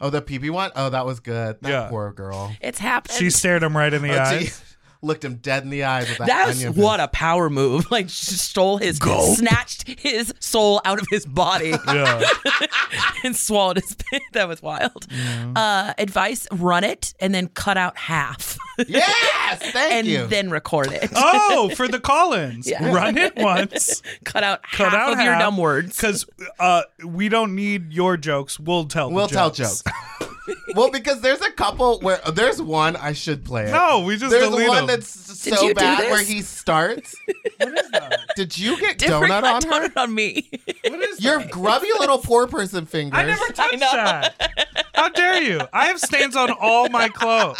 S3: Oh, the PP one? Oh, that was good. That
S4: Yeah.
S3: poor girl.
S5: It's happened.
S4: She stared him right in the
S3: Oh,
S4: eyes.
S3: gee. Looked him dead in the eyes with that
S5: That's
S3: onion.
S5: what a power move. Like she stole his snatched his soul out of his body
S4: Yeah.
S5: and swallowed his pit. That was wild. Uh, advice run it and then cut out half.
S3: Yes, thank
S5: and
S3: you.
S5: then record it.
S4: Oh, for the Collins,
S5: Yeah.
S4: run it once,
S5: cut out
S4: cut
S5: half
S4: out
S5: of your dumb words.
S4: because uh, we don't need your jokes. We'll tell. the
S3: we'll tell
S4: jokes.
S3: jokes. well, because there's a couple where there's one I should play it.
S4: No, we just
S3: there's
S4: delete
S3: one
S4: them.
S3: that's
S5: Did
S3: so
S5: you do
S3: bad where
S5: this?
S3: he starts. Did you get
S5: Different
S3: donut on her?
S5: donut on me.
S4: What is
S3: Your
S4: that?
S3: grubby little poor person fingers.
S4: I never
S5: I
S4: touched
S5: know.
S4: that. How dare you? I have stains on all my clothes,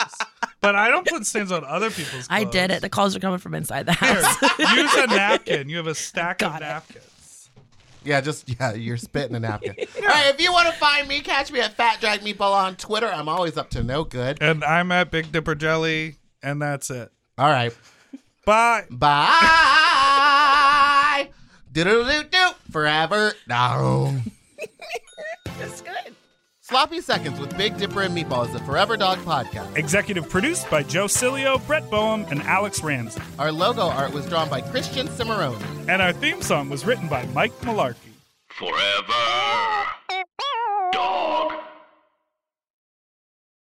S4: but I don't put stains on other people's. clothes.
S5: I did it. The calls are coming from inside the
S4: Here,
S5: house.
S4: use a napkin. You have a stack of
S5: Got it.
S4: napkins.
S3: Yeah, just yeah, you're spitting a napkin. All right, if you want to find me, catch me at Fat Drag Meatball on Twitter. I'm always up to no good.
S4: And I'm at Big Dipper Jelly, and that's it.
S3: All right,
S4: Bye.
S3: bye. Doodle doo doo forever. No.
S5: That's good.
S3: Sloppy Seconds with Big Dipper and Meatball is a Forever Dog podcast.
S7: Executive produced by Joe Cilio, Brett Boehm, and Alex Ramsey.
S3: Our logo art was drawn by Christian Cimarrone.
S7: And our theme song was written by Mike Malarkey.
S1: Forever.